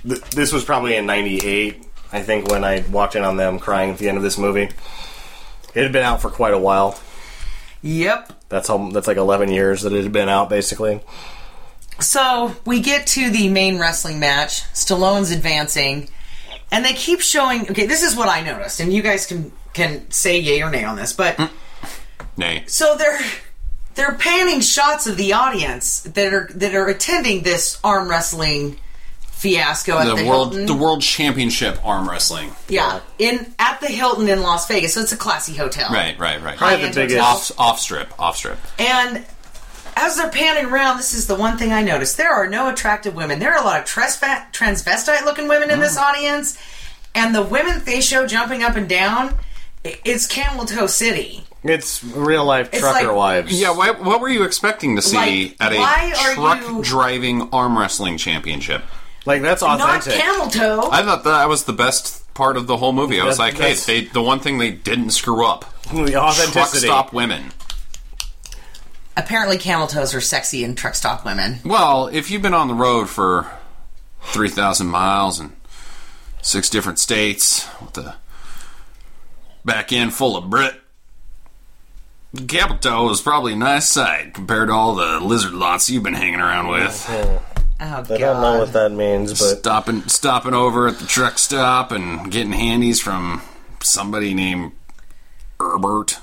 Speaker 3: th- this was probably in '98, I think, when I walked in on them crying at the end of this movie. It had been out for quite a while.
Speaker 4: Yep.
Speaker 3: That's how, that's like 11 years that it had been out, basically.
Speaker 4: So we get to the main wrestling match. Stallone's advancing, and they keep showing. Okay, this is what I noticed, and you guys can can say yay or nay on this. But
Speaker 1: Nay.
Speaker 4: so they're they're panning shots of the audience that are that are attending this arm wrestling fiasco at
Speaker 1: The
Speaker 4: the,
Speaker 1: world
Speaker 4: Hilton.
Speaker 1: the world championship arm wrestling.
Speaker 4: yeah, in at the Hilton in Las Vegas. So it's a classy hotel,
Speaker 1: Right, right, right.
Speaker 3: Probably the
Speaker 4: High-end hotel.
Speaker 3: biggest.
Speaker 1: Off off strip. Off strip.
Speaker 4: And as they're panning around, this is the one thing I noticed. There are no attractive women. There are a lot of tresfa- transvestite looking women in
Speaker 3: Mm.
Speaker 4: this audience. And the women they show jumping up and down, i- it's Camel Toe City.
Speaker 3: It's real life trucker
Speaker 4: like-
Speaker 3: wives.
Speaker 1: Yeah, why, what were you expecting to see
Speaker 4: Like,
Speaker 1: at
Speaker 4: why
Speaker 1: a
Speaker 4: are
Speaker 1: truck
Speaker 4: you-
Speaker 1: driving arm wrestling championship?
Speaker 3: like that's
Speaker 4: Not
Speaker 3: authentic.
Speaker 4: Camel Toe.
Speaker 1: I thought that was the best part of the whole movie. I was
Speaker 3: That-
Speaker 1: like, hey,
Speaker 3: that's-
Speaker 1: they, the one thing they didn't screw up
Speaker 3: the
Speaker 1: truck
Speaker 3: authenticity.
Speaker 1: stop women.
Speaker 4: Apparently, Camel Toes are sexy and truck stop women.
Speaker 1: Well, if you've been on the road for 3,000 miles and six different states with the back end full of Brit, Capito is probably a nice sight compared to all the lizard lots you've been hanging around with.
Speaker 4: Oh,
Speaker 3: I don't know
Speaker 4: God.
Speaker 3: what that means, but
Speaker 1: Stopping, stopping over at the truck stop and getting handies from somebody named Herbert.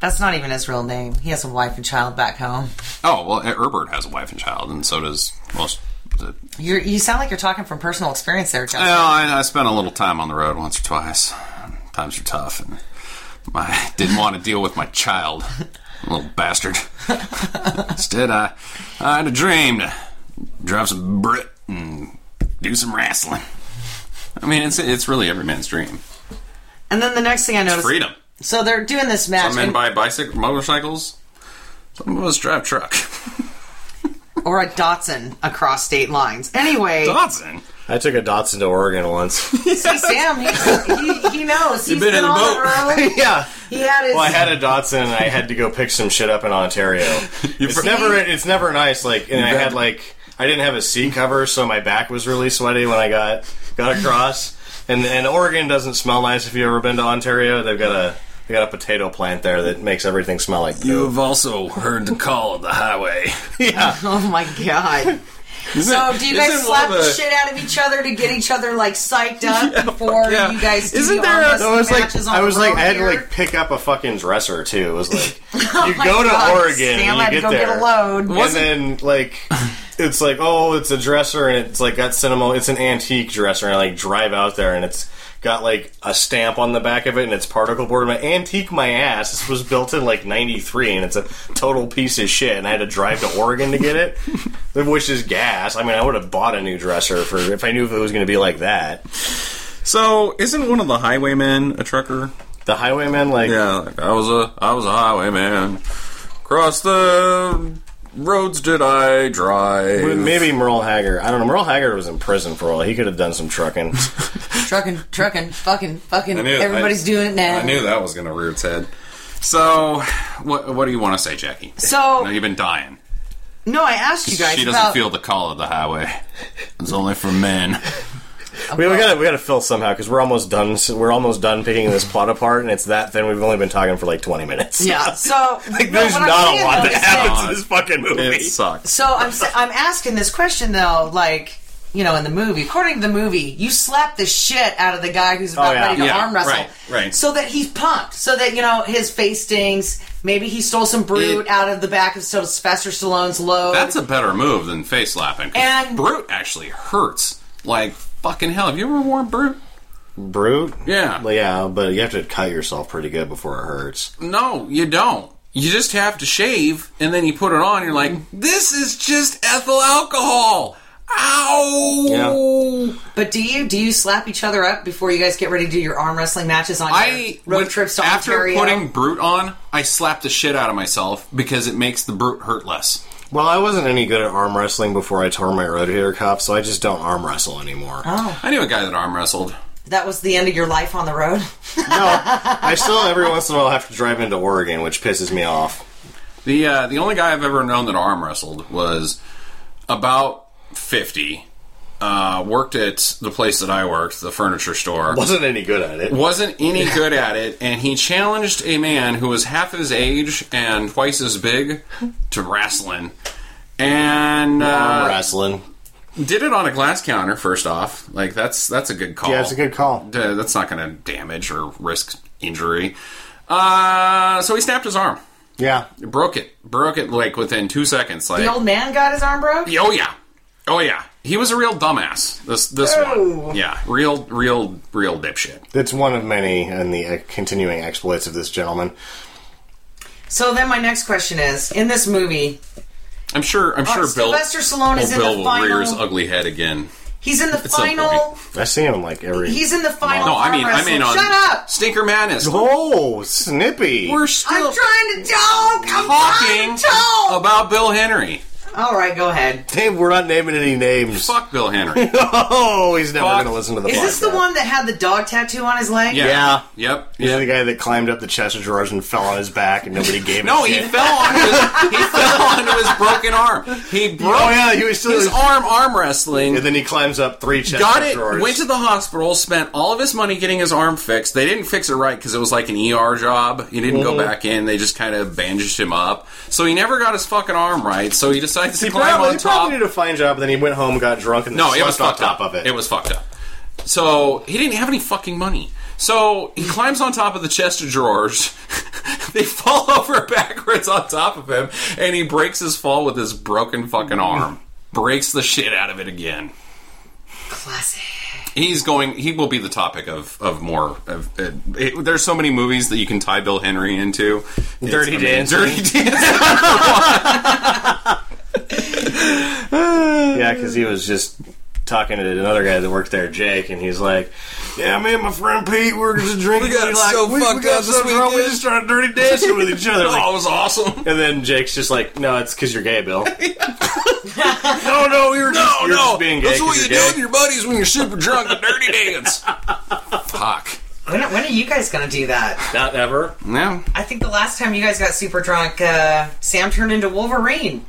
Speaker 4: That's not even his real name. He has a wife and child back home.
Speaker 1: Oh, well, Herbert has a wife and child, and so does most. The,
Speaker 4: You're, you sound like you're talking from personal experience there, Justin.
Speaker 1: Well, I, I spent a little time on the road once or twice. Times are tough, and I didn't want to deal with my child, little bastard. Instead, I, I had a dream to drive some Brit and do some wrestling. I mean, it's it's really every man's dream.
Speaker 4: and then the next thing I noticed.
Speaker 1: Freedom.
Speaker 4: So they're doing this match.
Speaker 1: Some men
Speaker 4: and-
Speaker 1: buy bicycle motorcycles. Some of us drive truck.
Speaker 4: or a Datsun across state lines. Anyway,
Speaker 1: Dodson.
Speaker 3: I took a Datsun to Oregon once.
Speaker 4: see Sam, he, he, he knows. He's
Speaker 1: been
Speaker 4: been,
Speaker 1: in the
Speaker 4: on
Speaker 1: boat.
Speaker 4: the road.
Speaker 3: yeah.
Speaker 4: He had his.
Speaker 3: Well, I had a Datsun and I had to go pick some shit up in Ontario.
Speaker 1: You
Speaker 3: it's
Speaker 1: for-
Speaker 3: never it's never nice. Like, and I
Speaker 1: bet.
Speaker 3: had like I didn't have a seat cover, so my back was really sweaty when I got got across. And and Oregon doesn't smell nice if you've ever been to Ontario. They've got a they got a potato plant there that makes everything smell like poop.
Speaker 1: have also heard the call of the highway.
Speaker 4: oh my god.
Speaker 1: Isn't
Speaker 4: so
Speaker 1: it-
Speaker 4: do you guys
Speaker 1: isn't
Speaker 4: slap
Speaker 1: one
Speaker 4: the
Speaker 1: of the-
Speaker 4: shit out of each other to get each other like psyched up before
Speaker 1: yeah.
Speaker 4: you guys do
Speaker 1: Isn't
Speaker 4: the
Speaker 1: there
Speaker 4: arm
Speaker 1: a-
Speaker 4: wrestling
Speaker 3: No, I was like,
Speaker 4: matches on
Speaker 3: I was
Speaker 4: the
Speaker 3: like,
Speaker 4: road
Speaker 3: I had to
Speaker 4: here?
Speaker 3: like pick up a fucking dresser too. It was like, you
Speaker 4: Oh My
Speaker 3: go to
Speaker 4: God,
Speaker 3: Oregon,
Speaker 4: Sam
Speaker 3: and
Speaker 4: had to
Speaker 3: you get
Speaker 4: go
Speaker 3: there,
Speaker 4: get a load.
Speaker 3: and then like, it's like, oh, it's a dresser, and it's like got cinema. It's an antique dresser, and I like drive out there, and it's got like a stamp on the back of it, and it's particle board. My antique, my ass. This was built in like '93, and it's a total piece of shit. And I had to drive to Oregon to get it, which is gas. I mean, I would have bought a new dresser for if I knew if it was going to be like that.
Speaker 1: So, isn't one of the highwaymen a trucker?
Speaker 3: The highwayman, like,
Speaker 1: Yeah, like, I was a I was a highwayman. Cross the roads did I drive?
Speaker 3: But Maybe Merle Haggard. I don't know. Merle Haggard was in prison for a while. He could have done some trucking.
Speaker 4: trucking, trucking, fucking, fucking.
Speaker 1: I knew-
Speaker 4: Everybody's
Speaker 1: I-
Speaker 4: doing it now.
Speaker 1: I knew that was going to rear its head. So, what what do you want to say, Jackie?
Speaker 4: So-
Speaker 1: No, you've been dying.
Speaker 4: No, I asked you guys
Speaker 1: she doesn't
Speaker 4: about.
Speaker 1: feel the call of the highway. It's only for men.
Speaker 3: we, we gotta we gotta fill somehow because we're almost done. So we're almost done picking this plot apart, and it's that thin. We've only been talking for like twenty minutes.
Speaker 4: yeah. So
Speaker 3: like there's
Speaker 4: no, what I'm
Speaker 3: not a
Speaker 4: saying,
Speaker 3: lot
Speaker 4: though,
Speaker 3: that
Speaker 4: is
Speaker 3: happens
Speaker 1: that-
Speaker 3: in this fucking movie.
Speaker 1: It sucks.
Speaker 4: So I'm s- I'm asking this question though, like you know, in the movie, according to the movie, you slap the shit out of the guy who's about
Speaker 3: Oh, yeah.
Speaker 4: ready to
Speaker 1: Yeah,
Speaker 4: arm wrestle,
Speaker 1: right, right.
Speaker 4: So that he's pumped, so that you know his face stings. Maybe he stole some brute
Speaker 1: It-
Speaker 4: out of the back of Sylvester Stallone's load.
Speaker 1: That's a better move than face slapping. 'cause
Speaker 4: And-
Speaker 1: brute actually hurts. Like fucking hell. Have you ever worn brute?
Speaker 3: Brute.
Speaker 1: Yeah.
Speaker 3: Well, yeah, but you have to cut yourself pretty good before it hurts.
Speaker 1: No, you don't. You just have to shave, and then you put it on. And you're like, this is just ethyl alcohol. Ow!
Speaker 4: but do you do you slap each other up before you guys get ready to do your arm wrestling matches on
Speaker 1: I
Speaker 4: your road
Speaker 1: when-
Speaker 4: trips to
Speaker 1: after
Speaker 4: Ontario?
Speaker 1: putting brute on, I slap the shit out of myself because it makes the brute hurt less.
Speaker 3: Well, I wasn't any good at arm wrestling before I tore my rotator cuff, so I just don't arm wrestle anymore.
Speaker 4: Oh.
Speaker 1: I knew a guy that arm wrestled.
Speaker 4: that was the end of your life on the road.
Speaker 3: No, I still every once in a while have to drive into Oregon, which pisses me off.
Speaker 1: The uh, the only guy I've ever known that arm wrestled was about fifty. Uh, worked at the place that I worked, the furniture store.
Speaker 3: Wasn't any good at it.
Speaker 1: wasn't any good at it, and he challenged a man who was half his age and twice as big to wrestling. And
Speaker 3: Arm
Speaker 1: uh,
Speaker 3: wrestling.
Speaker 1: did it on a glass counter. First off, like that's that's a good call.
Speaker 3: Yeah, it's a good call.
Speaker 1: Uh, that's not going to damage or risk injury. Uh, so he snapped his arm,
Speaker 3: Yeah.
Speaker 1: broke it, broke it like within two seconds. Like
Speaker 4: the old man got his arm broke.
Speaker 1: Oh yeah, oh yeah. He was a real dumbass. This this
Speaker 4: Oh.
Speaker 1: one, yeah, real real real dipshit.
Speaker 3: That's one of many in the uh, continuing exploits of this gentleman.
Speaker 4: So then my next question is: In this movie,
Speaker 1: I'm sure. I'm sure. Bill,
Speaker 4: Oh, Sylvester Stallone
Speaker 1: old
Speaker 4: is in
Speaker 1: Bill
Speaker 4: the
Speaker 1: will
Speaker 4: final-
Speaker 1: rear his ugly head again.
Speaker 4: He's in the
Speaker 1: some
Speaker 4: final.
Speaker 3: I see him like every.
Speaker 4: He's in the final.
Speaker 1: No, I
Speaker 4: arm
Speaker 1: mean, I
Speaker 4: wrestling.
Speaker 1: mean um, on
Speaker 4: Oh, Shut up!
Speaker 1: Stinker Madness.
Speaker 3: oh, snippy.
Speaker 1: We're
Speaker 4: I'm
Speaker 1: still
Speaker 4: trying to talk. I'm trying
Speaker 1: talking
Speaker 4: to talk.
Speaker 1: about Bill Henry.
Speaker 4: All right, go ahead.
Speaker 3: Damn, we're not naming any names.
Speaker 1: Fuck Bill Henry.
Speaker 3: Oh, he's never
Speaker 1: Fuck.
Speaker 3: going to listen to the.
Speaker 4: Is this
Speaker 3: podcast.
Speaker 4: the one that had the dog tattoo on his leg?
Speaker 3: Yeah.
Speaker 1: Yep.
Speaker 3: He's
Speaker 1: yep.
Speaker 3: the guy that climbed up the chest of drawers and fell on his back, and nobody gave him.
Speaker 1: No,
Speaker 3: shit.
Speaker 1: he fell onto his, he fell onto his broken arm. He broke
Speaker 3: Oh yeah, he was still.
Speaker 1: his arm arm wrestling.
Speaker 3: and then he climbs up three chest
Speaker 1: got
Speaker 3: of
Speaker 1: it.
Speaker 3: drawers.
Speaker 1: Went to the hospital. Spent all of his money getting his arm fixed. They didn't fix it right because it was like an ER job. He didn't
Speaker 3: Mm-hmm.
Speaker 1: go back in. They just kind of bandaged him up. So he never got his fucking arm right. So he decides to
Speaker 3: he
Speaker 1: climb
Speaker 3: probably,
Speaker 1: on
Speaker 3: he probably
Speaker 1: top.
Speaker 3: did a fine job, and then he went home, got drunk, and then
Speaker 1: No, it was
Speaker 3: slept on
Speaker 1: fucked
Speaker 3: top
Speaker 1: up.
Speaker 3: of it.
Speaker 1: It was fucked up. So he didn't have any fucking money. So he climbs on top of the chest of drawers. they fall over backwards on top of him, and he breaks his fall with his broken fucking arm. breaks the shit out of it again.
Speaker 4: Classic.
Speaker 1: He's going. He will be the topic of of more. Of, uh, it, there's so many movies that you can tie Bill Henry into. It's
Speaker 3: Dirty
Speaker 1: amazing.
Speaker 3: Dancing.
Speaker 1: Dirty Dancing.
Speaker 3: Yeah, because he was just talking to another guy that worked there, Jake, and he's like, "Yeah, me and my friend Pete, we're just drinking.
Speaker 1: We got
Speaker 3: like,
Speaker 1: so
Speaker 3: we,
Speaker 1: fucked
Speaker 3: we got
Speaker 1: up
Speaker 3: so
Speaker 1: this
Speaker 3: drunk, We
Speaker 1: weekend."
Speaker 3: just started dirty dancing with each other."
Speaker 1: oh, it
Speaker 3: Like,
Speaker 1: was awesome.
Speaker 3: and then Jake's just like, "No, it's because you're gay, Bill." no, no, we were just,
Speaker 1: No,
Speaker 3: you were
Speaker 1: no,
Speaker 3: just being gay.
Speaker 1: that's
Speaker 3: 'cause
Speaker 1: what you
Speaker 3: you're
Speaker 1: do
Speaker 3: gay.
Speaker 1: with your buddies when you're super drunk at Dirty Dance. Fuck.
Speaker 4: When, when are you guys going to do that?
Speaker 3: Not ever.
Speaker 1: No.
Speaker 4: I think the last time you guys got super drunk, uh, Sam turned into Wolverine.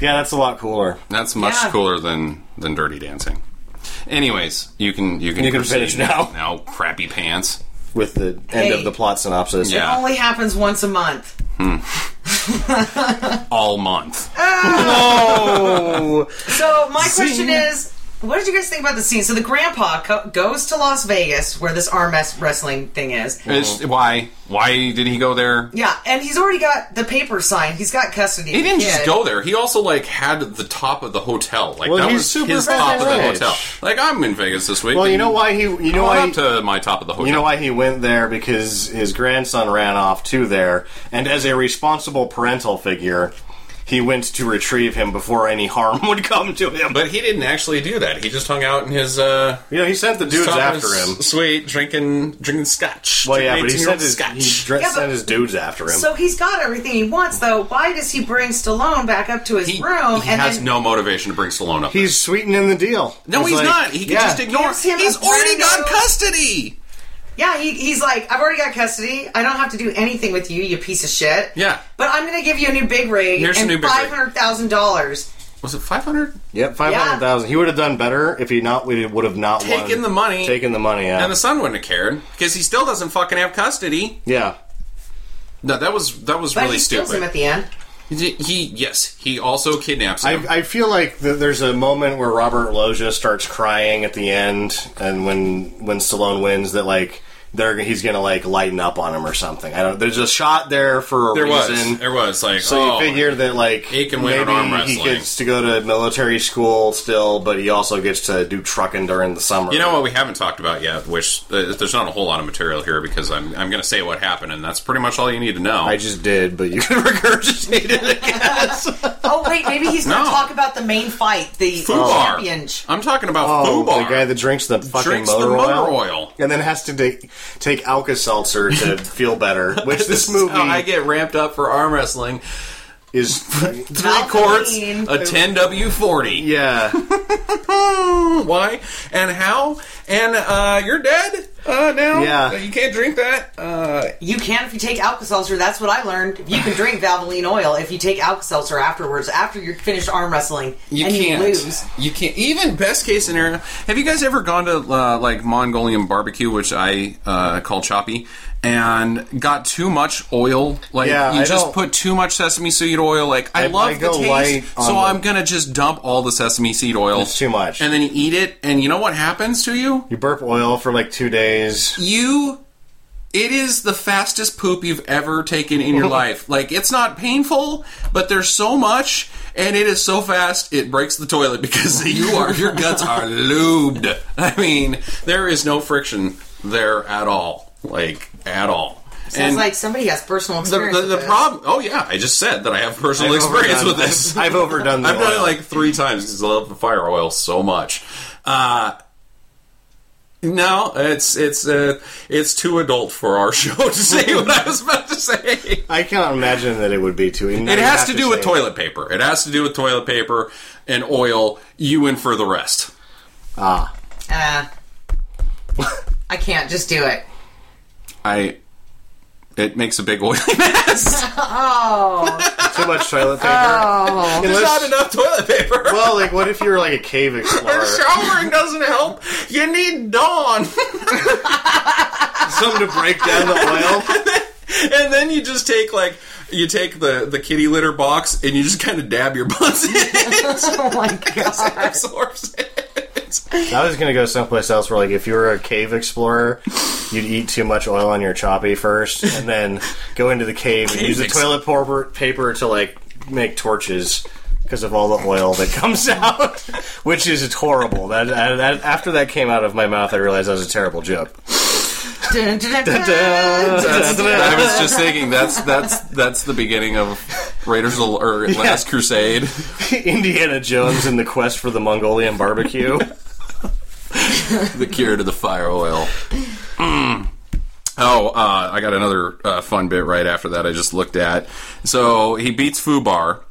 Speaker 3: Yeah, that's a lot cooler.
Speaker 1: That's much
Speaker 4: Yeah.
Speaker 1: cooler than than Dirty Dancing. Anyways, you can you can
Speaker 3: You can
Speaker 1: proceed.
Speaker 3: finish now.
Speaker 1: Now, crappy pants.
Speaker 3: With the end
Speaker 4: Hey.
Speaker 3: of the plot synopsis.
Speaker 1: Yeah.
Speaker 4: Only happens once a month.
Speaker 1: all month.
Speaker 3: Oh,
Speaker 4: So my question
Speaker 3: Zing.
Speaker 4: is, what did you guys think about the scene? So the grandpa co- goes to Las Vegas where this arm wrest- wrestling thing is.
Speaker 1: It's- why? Why did he go there?
Speaker 4: Yeah, and he's already got the paper signed. He's got custody.
Speaker 1: He didn't just go there. He also like had the top of the hotel. Like
Speaker 3: Well,
Speaker 1: that
Speaker 3: he's
Speaker 1: was
Speaker 3: super
Speaker 1: his top of the
Speaker 3: rich.
Speaker 1: hotel. Like I'm in Vegas this week.
Speaker 3: well, you
Speaker 1: and
Speaker 3: know why he. You know
Speaker 1: I went
Speaker 3: why.
Speaker 1: up to my top of the hotel.
Speaker 3: You know why he went there? Because his grandson ran off to there, and as a responsible parental figure, he went to retrieve him before any harm would come to him.
Speaker 1: But he didn't actually do that. He just hung out in his uh,
Speaker 3: you know, he sent the dudes after him.
Speaker 1: Sweet, drinking, drinking scotch.
Speaker 3: Well, yeah, but he
Speaker 1: Drinking
Speaker 3: sent his, he
Speaker 1: scotch.
Speaker 3: dre-
Speaker 4: Yeah, but-
Speaker 3: sent his dudes after him.
Speaker 4: So he's got everything he wants, though. Why does he bring Stallone back up to his
Speaker 1: He,
Speaker 4: room?
Speaker 1: he
Speaker 4: and
Speaker 1: has
Speaker 4: then,
Speaker 1: no motivation to bring Stallone up.
Speaker 3: he's sweetening the deal.
Speaker 1: no, he's
Speaker 3: like,
Speaker 1: not. He can
Speaker 3: yeah.
Speaker 1: just ignore.
Speaker 4: Gives him
Speaker 1: He's
Speaker 4: a
Speaker 1: already
Speaker 4: brand
Speaker 1: got
Speaker 4: new-
Speaker 1: custody.
Speaker 4: Yeah, he, he's like, I've already got custody. I don't have to do anything with you, you piece of shit.
Speaker 1: Yeah.
Speaker 4: But I'm going to give you a new big rig
Speaker 1: Here's a
Speaker 4: and
Speaker 1: new big rig.
Speaker 4: $500,000.
Speaker 1: Was it five hundred?
Speaker 3: Yep, five hundred thousand. He would have done better if he not would would have not
Speaker 1: Taken
Speaker 3: won.
Speaker 1: the money.
Speaker 3: Taken the money. Yeah,
Speaker 1: And the son wouldn't have cared because he still doesn't fucking have custody.
Speaker 3: yeah.
Speaker 1: No, that was that was
Speaker 4: But
Speaker 1: really
Speaker 4: he steals him
Speaker 1: stupid.
Speaker 4: at the end.
Speaker 1: He, he- yes, he also kidnaps him.
Speaker 3: I, I feel like th- there's a moment where Robert Loggia starts crying at the end, and when when Stallone wins, that like they're he's gonna like lighten up on him or something. I don't. There's a shot there for a
Speaker 1: there
Speaker 3: reason.
Speaker 1: was there was like
Speaker 3: So
Speaker 1: oh,
Speaker 3: you figure that like
Speaker 1: He can win
Speaker 3: maybe
Speaker 1: on arm
Speaker 3: he
Speaker 1: wrestling.
Speaker 3: gets to go to military school still, but he also gets to do trucking during the summer.
Speaker 1: You know what we haven't talked about yet, which uh, there's not a whole lot of material here because I'm I'm going to say what happened, and that's pretty much all you need to know.
Speaker 3: I just did, but you can regurgitate it. Again.
Speaker 4: Oh, wait, maybe he's going to
Speaker 1: No.
Speaker 4: talk about the main fight, the
Speaker 1: Fubar.
Speaker 4: championship.
Speaker 1: I'm talking about
Speaker 3: Oh,
Speaker 1: Fubar.
Speaker 3: the guy that drinks the fucking
Speaker 1: Drinks the
Speaker 3: motor,
Speaker 1: motor
Speaker 3: oil,
Speaker 1: oil.
Speaker 3: and then has to take take Alka Seltzer to feel better. Which this,
Speaker 1: This is
Speaker 3: movie
Speaker 1: how Oh, I get ramped up for arm wrestling.
Speaker 3: is
Speaker 1: Three
Speaker 4: Alpha
Speaker 1: quarts,
Speaker 4: Dean.
Speaker 1: a 10W40.
Speaker 3: yeah.
Speaker 1: Hmm, Why and how? And uh, you're dead uh, now.
Speaker 3: Yeah.
Speaker 1: you can't drink that. Uh,
Speaker 4: You can if you take Alka-Seltzer. That's what I learned. You can drink Valvoline oil if you take Alka-Seltzer afterwards, after you're finished arm wrestling,
Speaker 1: you
Speaker 4: and
Speaker 1: can't.
Speaker 4: you lose.
Speaker 1: You can't. Even best case scenario. Have you guys ever gone to uh, like Mongolian barbecue, which I uh, call choppy, and got too much oil? Like
Speaker 3: Yeah,
Speaker 1: you
Speaker 3: I
Speaker 1: just
Speaker 3: don't-
Speaker 1: put too much sesame seed oil. Like I,
Speaker 3: I-
Speaker 1: love
Speaker 3: I
Speaker 1: the
Speaker 3: go light
Speaker 1: taste,
Speaker 3: on
Speaker 1: so
Speaker 3: the-
Speaker 1: I'm gonna just dump all the sesame seed oil.
Speaker 3: It's too much.
Speaker 1: And then you eat it, and you know what happens to you?
Speaker 3: You burp oil for like two days.
Speaker 1: You. It is the fastest poop you've ever taken in your life. Like it's not painful, but there's so much, and it is so fast it breaks the toilet because you are your guts are lubed. I mean, there is no friction there at all, like at all.
Speaker 4: Sounds like somebody has personal
Speaker 1: the,
Speaker 4: experience.
Speaker 1: the, the
Speaker 4: with this.
Speaker 1: problem. Oh yeah, I just said that I have personal
Speaker 3: I've
Speaker 1: experience
Speaker 3: overdone-
Speaker 1: with this.
Speaker 3: I've, I've overdone the
Speaker 1: I've done it
Speaker 3: oil.
Speaker 1: like three times because I love the fire oil so much. Uh, no, it's it's uh, it's too adult for our show to say what I was about to say.
Speaker 3: I cannot imagine that it would be too.
Speaker 1: It has to do with toilet paper. It has to do with toilet paper and oil. You in for the rest.
Speaker 3: Ah,
Speaker 4: Uh, I can't. Just do it.
Speaker 1: I. It makes a big oily mess.
Speaker 3: too much toilet paper.
Speaker 1: There's
Speaker 3: Unless-
Speaker 1: not enough toilet paper.
Speaker 3: well, like what if you're like a cave explorer?
Speaker 1: Showering doesn't help. You need dawn.
Speaker 3: Something to break down the oil.
Speaker 1: and then you just take like you take the the kitty litter box and you just kind of dab your butts in it.
Speaker 4: Oh my god.
Speaker 1: It absorbs it.
Speaker 3: I was gonna go someplace else where, like, if you were a cave explorer, you'd eat too much oil on your choppy first, and then go into the cave and
Speaker 1: Cave
Speaker 3: use the
Speaker 1: ex-
Speaker 3: toilet paper, paper to like make torches because of all the oil that comes out, which is horrible. That, that, that- after that came out of my mouth, I realized that was a terrible joke.
Speaker 4: Dun, dun, dun,
Speaker 3: dun,
Speaker 4: dun,
Speaker 3: dun,
Speaker 4: dun.
Speaker 3: dun.
Speaker 1: I was just thinking that's that's that's the beginning of Raiders of the or Last Crusade.
Speaker 3: Indiana Jones and the quest for the Mongolian barbecue.
Speaker 1: the cure to the fire oil. Mm. Oh, uh, I got another uh, fun bit right after that. I just looked at. So he beats Fubar,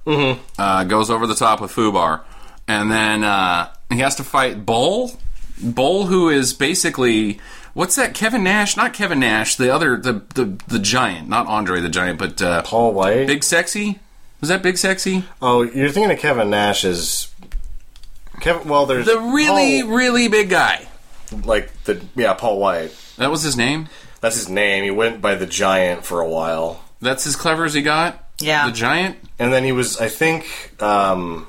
Speaker 1: uh, goes over the top with Fubar, and then uh, he has to fight Bull. Bull, who is basically what's that? Kevin Nash, not Kevin Nash, the other, the the, the giant, not Andre the Giant, but uh,
Speaker 3: Paul White.
Speaker 1: Big Sexy. Was that Big Sexy?
Speaker 3: oh, you're thinking of Kevin Nash as Kevin? Well, there's
Speaker 1: The really,
Speaker 3: Paul-
Speaker 1: really big guy.
Speaker 3: like the yeah Paul White.
Speaker 1: That was his name.
Speaker 3: That's his name. He went by the Giant for a while.
Speaker 1: That's as clever as he got.
Speaker 4: Yeah.
Speaker 1: the giant.
Speaker 3: And then he was, I think, um,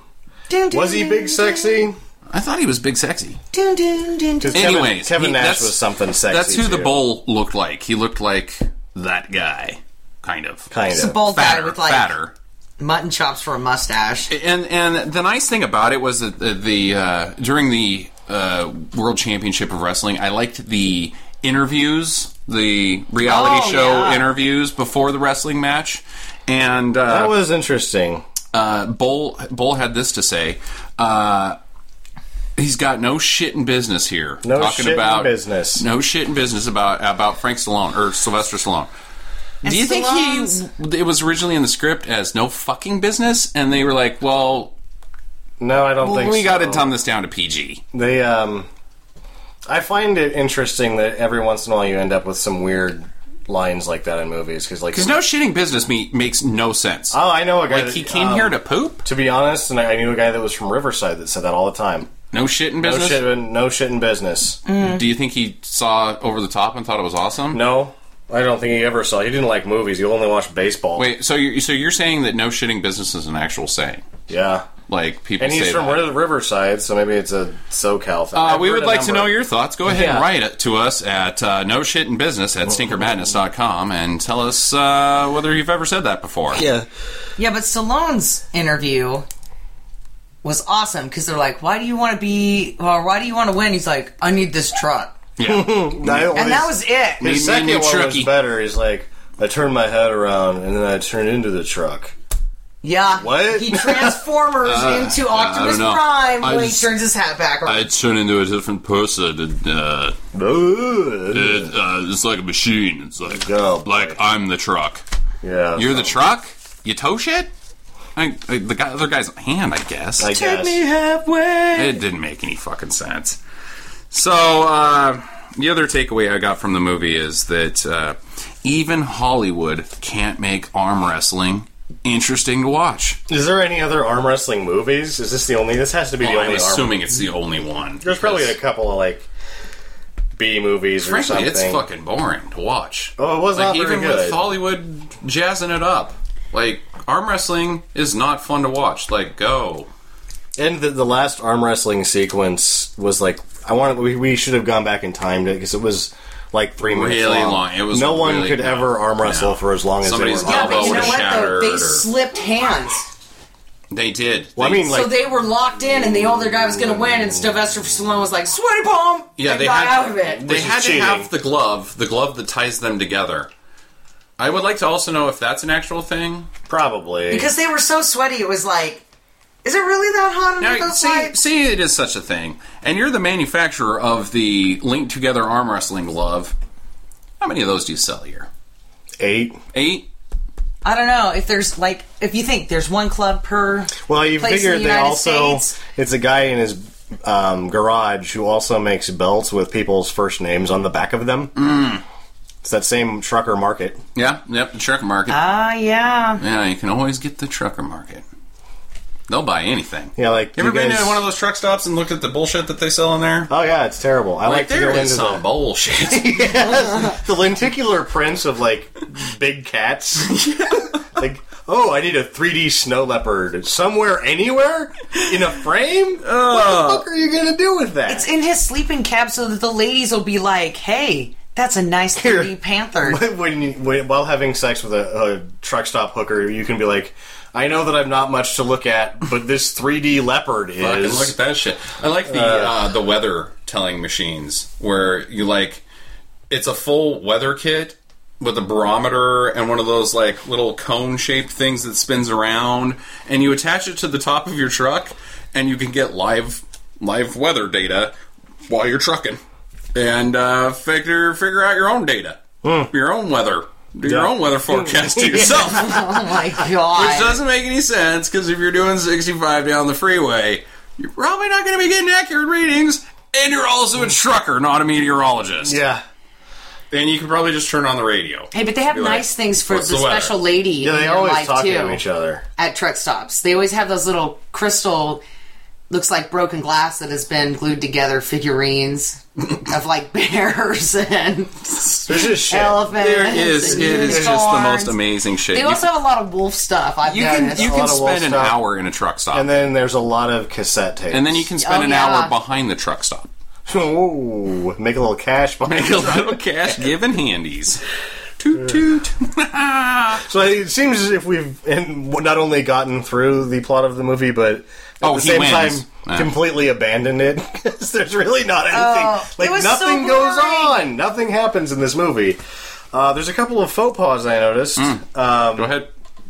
Speaker 4: Dun, dun,
Speaker 3: was he
Speaker 4: dun,
Speaker 3: big sexy?
Speaker 1: I thought he was big, sexy.
Speaker 4: dun, dun, dun, dun.
Speaker 3: 'Cause Kevin-
Speaker 1: Anyways,
Speaker 3: Kevin
Speaker 1: he-
Speaker 3: Nash
Speaker 1: that's-
Speaker 3: was something sexy.
Speaker 1: That's who the
Speaker 3: too.
Speaker 1: bull looked like. He looked like that guy, kind of.
Speaker 3: Kind
Speaker 4: It's a
Speaker 3: of.
Speaker 4: bald guy
Speaker 1: fatter,
Speaker 4: with like
Speaker 1: fatter.
Speaker 4: mutton chops for a mustache.
Speaker 1: And and the nice thing about it was that the, the uh, during the uh, World Championship of Wrestling, I liked the interviews, the reality
Speaker 4: Oh,
Speaker 1: show
Speaker 4: yeah.
Speaker 1: interviews before the wrestling match, and uh,
Speaker 3: That was interesting.
Speaker 1: uh, Bull Bull had this to say. Uh, he's got no shit in business here.
Speaker 3: No shit in business.
Speaker 1: No shit in business about about Frank Stallone or Sylvester Stallone. Do you
Speaker 4: Stallone's-
Speaker 1: think he? It was originally in the script as no fucking business, and they were like, "Well,
Speaker 3: No, I don't think
Speaker 1: we
Speaker 3: so.
Speaker 1: got to dumb this down to PG."
Speaker 3: They, um, I find it interesting that every once in a while you end up with some weird lines like that in movies because, like,
Speaker 1: Because no shitting business me- makes no sense.
Speaker 3: oh, I know a guy.
Speaker 1: like he
Speaker 3: that-
Speaker 1: came
Speaker 3: um,
Speaker 1: here to poop.
Speaker 3: To be honest, and I, I knew a guy that was from Riverside that said that all the time.
Speaker 1: No shitting
Speaker 3: No
Speaker 1: business.
Speaker 3: shit, in, no shit in business.
Speaker 1: Do you think he saw over the top and thought it was awesome?
Speaker 3: No, I don't think he ever saw. He didn't like movies. He only watched baseball.
Speaker 1: Wait, so you're so you're saying that no shitting business is an actual saying?
Speaker 3: yeah,
Speaker 1: Like people
Speaker 3: and he's
Speaker 1: say
Speaker 3: from
Speaker 1: that.
Speaker 3: Ri- Riverside, so maybe it's a SoCal thing.
Speaker 1: Uh,
Speaker 3: I've
Speaker 1: we
Speaker 3: heard
Speaker 1: would
Speaker 3: a
Speaker 1: like to
Speaker 3: number-
Speaker 1: know your thoughts. Go ahead and
Speaker 3: Yeah.
Speaker 1: write it to us at uh, no shit in business at stinkermadness.com and tell us uh, whether you've ever said that before.
Speaker 3: Yeah,
Speaker 4: Yeah, but Stallone's interview was awesome because they're like, "Why do you want to be? Or why do you want to win?" He's like, "I need this truck,"
Speaker 1: Yeah.
Speaker 4: and that was
Speaker 1: Need
Speaker 4: it.
Speaker 1: me
Speaker 3: His second
Speaker 1: new
Speaker 3: one
Speaker 1: trucky.
Speaker 3: was better. He's like, I turned my head around and then I turned into the truck.
Speaker 4: Yeah,
Speaker 3: What?
Speaker 4: he transformers into Optimus
Speaker 1: Uh, I don't know.
Speaker 4: Prime
Speaker 1: I
Speaker 4: when
Speaker 1: just-
Speaker 4: he turns his hat back. around.
Speaker 1: turn into a different person. And, uh,
Speaker 3: Ugh.
Speaker 1: uh, it's like a machine. It's like,
Speaker 3: Go, boy.
Speaker 1: I'm the truck.
Speaker 3: Yeah,
Speaker 1: You're the truck. You tow shit. I, I, the guy, other guy's hand, I guess.
Speaker 3: I
Speaker 4: Take
Speaker 3: guess.
Speaker 4: me halfway.
Speaker 1: it didn't make any fucking sense. So uh, the other takeaway I got from the movie is that uh, even Hollywood can't make arm wrestling interesting to watch.
Speaker 3: Is there any other arm wrestling movies? Is this the only? This has to be the
Speaker 1: Oh, I'm
Speaker 3: only. arm-
Speaker 1: assuming it's the only one.
Speaker 3: There's probably a couple of like B movies or
Speaker 1: frankly,
Speaker 3: something.
Speaker 1: it's fucking boring to watch.
Speaker 3: Oh, it was
Speaker 1: like
Speaker 3: not very
Speaker 1: even with
Speaker 3: good.
Speaker 1: Hollywood jazzing it up. Like arm wrestling is not fun to watch. Like go.
Speaker 3: And the, the last arm wrestling sequence was like I wanted. We, we should have gone back and timed it because it was like three minutes
Speaker 1: Really long. It was
Speaker 3: no one
Speaker 1: really
Speaker 3: could
Speaker 1: long.
Speaker 3: ever arm wrestle
Speaker 1: Yeah.
Speaker 3: for as long as
Speaker 1: Somebody's
Speaker 3: they were.
Speaker 4: yeah,
Speaker 3: on.
Speaker 1: elbow
Speaker 4: but you know
Speaker 1: would've
Speaker 4: what? though?
Speaker 1: shattered
Speaker 4: They
Speaker 1: or-
Speaker 4: slipped hands,
Speaker 1: They did.
Speaker 3: Well, I
Speaker 1: They-
Speaker 3: mean, like
Speaker 4: so they were locked in, and the older guy was going to win, and Sylvester Stallone was like, "Sweaty palm."
Speaker 1: Yeah,
Speaker 4: and
Speaker 1: they
Speaker 4: got
Speaker 1: had,
Speaker 4: out of it.
Speaker 1: They
Speaker 3: Which is
Speaker 1: had to
Speaker 3: cheating.
Speaker 1: have the glove, the glove that ties them together. I would like to also know if that's an actual thing.
Speaker 3: probably
Speaker 4: because they were so sweaty. It was like, is it really that hot under
Speaker 1: Now,
Speaker 4: those
Speaker 1: see,
Speaker 4: lights?
Speaker 1: see, it is such a thing, and you're the manufacturer of the linked together arm wrestling glove. How many of those do you sell here?
Speaker 3: eight.
Speaker 1: Eight.
Speaker 4: I don't know if there's like if you think there's one club per.
Speaker 3: Well, you
Speaker 4: place in
Speaker 3: figure
Speaker 4: the
Speaker 3: they
Speaker 4: United
Speaker 3: also
Speaker 4: States.
Speaker 3: it's a guy in his um, garage who also makes belts with people's first names on the back of them.
Speaker 1: Mm.
Speaker 3: It's that same trucker market.
Speaker 1: Yeah. Yep. The trucker market.
Speaker 3: Uh,
Speaker 4: Ah, yeah.
Speaker 1: yeah, you can always get the trucker market. They'll buy anything.
Speaker 3: Yeah, like
Speaker 1: You ever
Speaker 3: you guys,
Speaker 1: been to one of those truck stops and looked at the bullshit that they sell in there?
Speaker 3: Oh yeah, it's terrible. I like,
Speaker 1: like
Speaker 3: to go
Speaker 1: there
Speaker 3: into
Speaker 1: is some
Speaker 3: the,
Speaker 1: bullshit.
Speaker 3: the lenticular prints of like big cats. like, oh, I need a 3D snow leopard somewhere, anywhere in a frame. what the fuck are you gonna do with that?
Speaker 4: It's in his sleeping cab so that the ladies will be like, "Hey, that's a nice 3D panther."
Speaker 3: when you when, while having sex with a, a truck stop hooker, you can be like, I know that I'm not much to look at, but this 3D leopard
Speaker 1: Fucking
Speaker 3: is.
Speaker 1: look at that shit. I like the uh, the weather telling machines where you like it's a full weather kit with a barometer and one of those like little cone shaped things that spins around, and you attach it to the top of your truck, and you can get live live weather data while you're trucking, and uh, figure figure out your own data, your own weather. Do your
Speaker 3: Hmm. Yeah.
Speaker 1: own weather forecast to yourself.
Speaker 4: oh my
Speaker 1: Which
Speaker 4: god!
Speaker 1: doesn't make any sense because if you're doing 65 down the freeway, you're probably not going to be getting accurate readings, and you're also a trucker, not a meteorologist.
Speaker 3: yeah.
Speaker 1: And you can probably just turn on the radio.
Speaker 4: Hey, but they have
Speaker 1: Be like,
Speaker 4: nice things for the,
Speaker 1: "What's the weather?"
Speaker 4: special lady
Speaker 3: Yeah,
Speaker 4: in
Speaker 3: they
Speaker 4: your
Speaker 3: always
Speaker 4: life
Speaker 3: talk
Speaker 4: too
Speaker 3: to each other.
Speaker 4: at truck stops. They always have those little crystal, looks like broken glass that has been glued together figurines. of like bears and
Speaker 3: There's just shit.
Speaker 4: elephants.
Speaker 5: There is.
Speaker 4: and
Speaker 5: It is just the
Speaker 4: unicorns.
Speaker 5: most amazing shit.
Speaker 4: They
Speaker 5: You-
Speaker 4: also have a lot of wolf stuff. I've
Speaker 5: you can
Speaker 4: noticed.
Speaker 5: you
Speaker 3: A
Speaker 5: can
Speaker 3: lot of wolf
Speaker 5: spend an
Speaker 3: stuff.
Speaker 5: hour in a truck stop,
Speaker 3: And then there's a lot of cassette tapes.
Speaker 5: And then you can spend
Speaker 4: Oh,
Speaker 5: an
Speaker 4: yeah.
Speaker 5: hour behind the truck stop.
Speaker 3: Ooh, make a little cash. behind
Speaker 5: Make a little cash, giving handies. Toot toot.
Speaker 3: So it seems as if we've and not only gotten through the plot of the movie, but at
Speaker 5: Oh,
Speaker 3: the
Speaker 5: he
Speaker 3: same
Speaker 5: wins.
Speaker 3: time
Speaker 5: Ah.
Speaker 3: completely abandoned it 'Cause there's really not anything.
Speaker 4: Oh, it
Speaker 3: like
Speaker 4: was so
Speaker 3: nothing goes
Speaker 4: boring.
Speaker 3: on. Nothing happens in this movie. Uh, there's a couple of faux pas I noticed. Um,
Speaker 5: Hmm. Go ahead. Mm-hmm.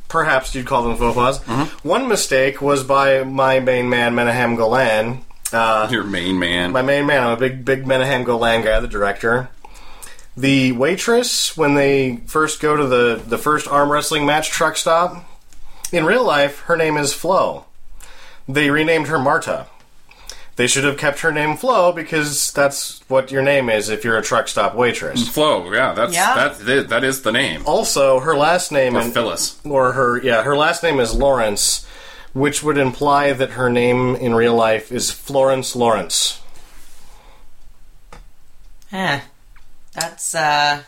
Speaker 3: perhaps you'd call them faux pas. One mistake was by my main man Menahem Golan. Uh,
Speaker 5: Your main man.
Speaker 3: my main man. I'm a big, big Menahem Golan guy, the director. The waitress, when they first go to the, the first arm wrestling match truck stop, in real life, her name is Flo. They renamed her Marta. They should have kept her name Flo because that's what your name is if you're a truck stop waitress.
Speaker 5: Flo. Yeah, that's
Speaker 4: Yeah.
Speaker 5: that. That is the name.
Speaker 3: Also, her last name
Speaker 5: Or
Speaker 3: in-
Speaker 5: Phyllis.
Speaker 3: or her yeah, her last name is Lawrence, which would imply that her name in real life is Florence Lawrence.
Speaker 4: Eh. that's uh,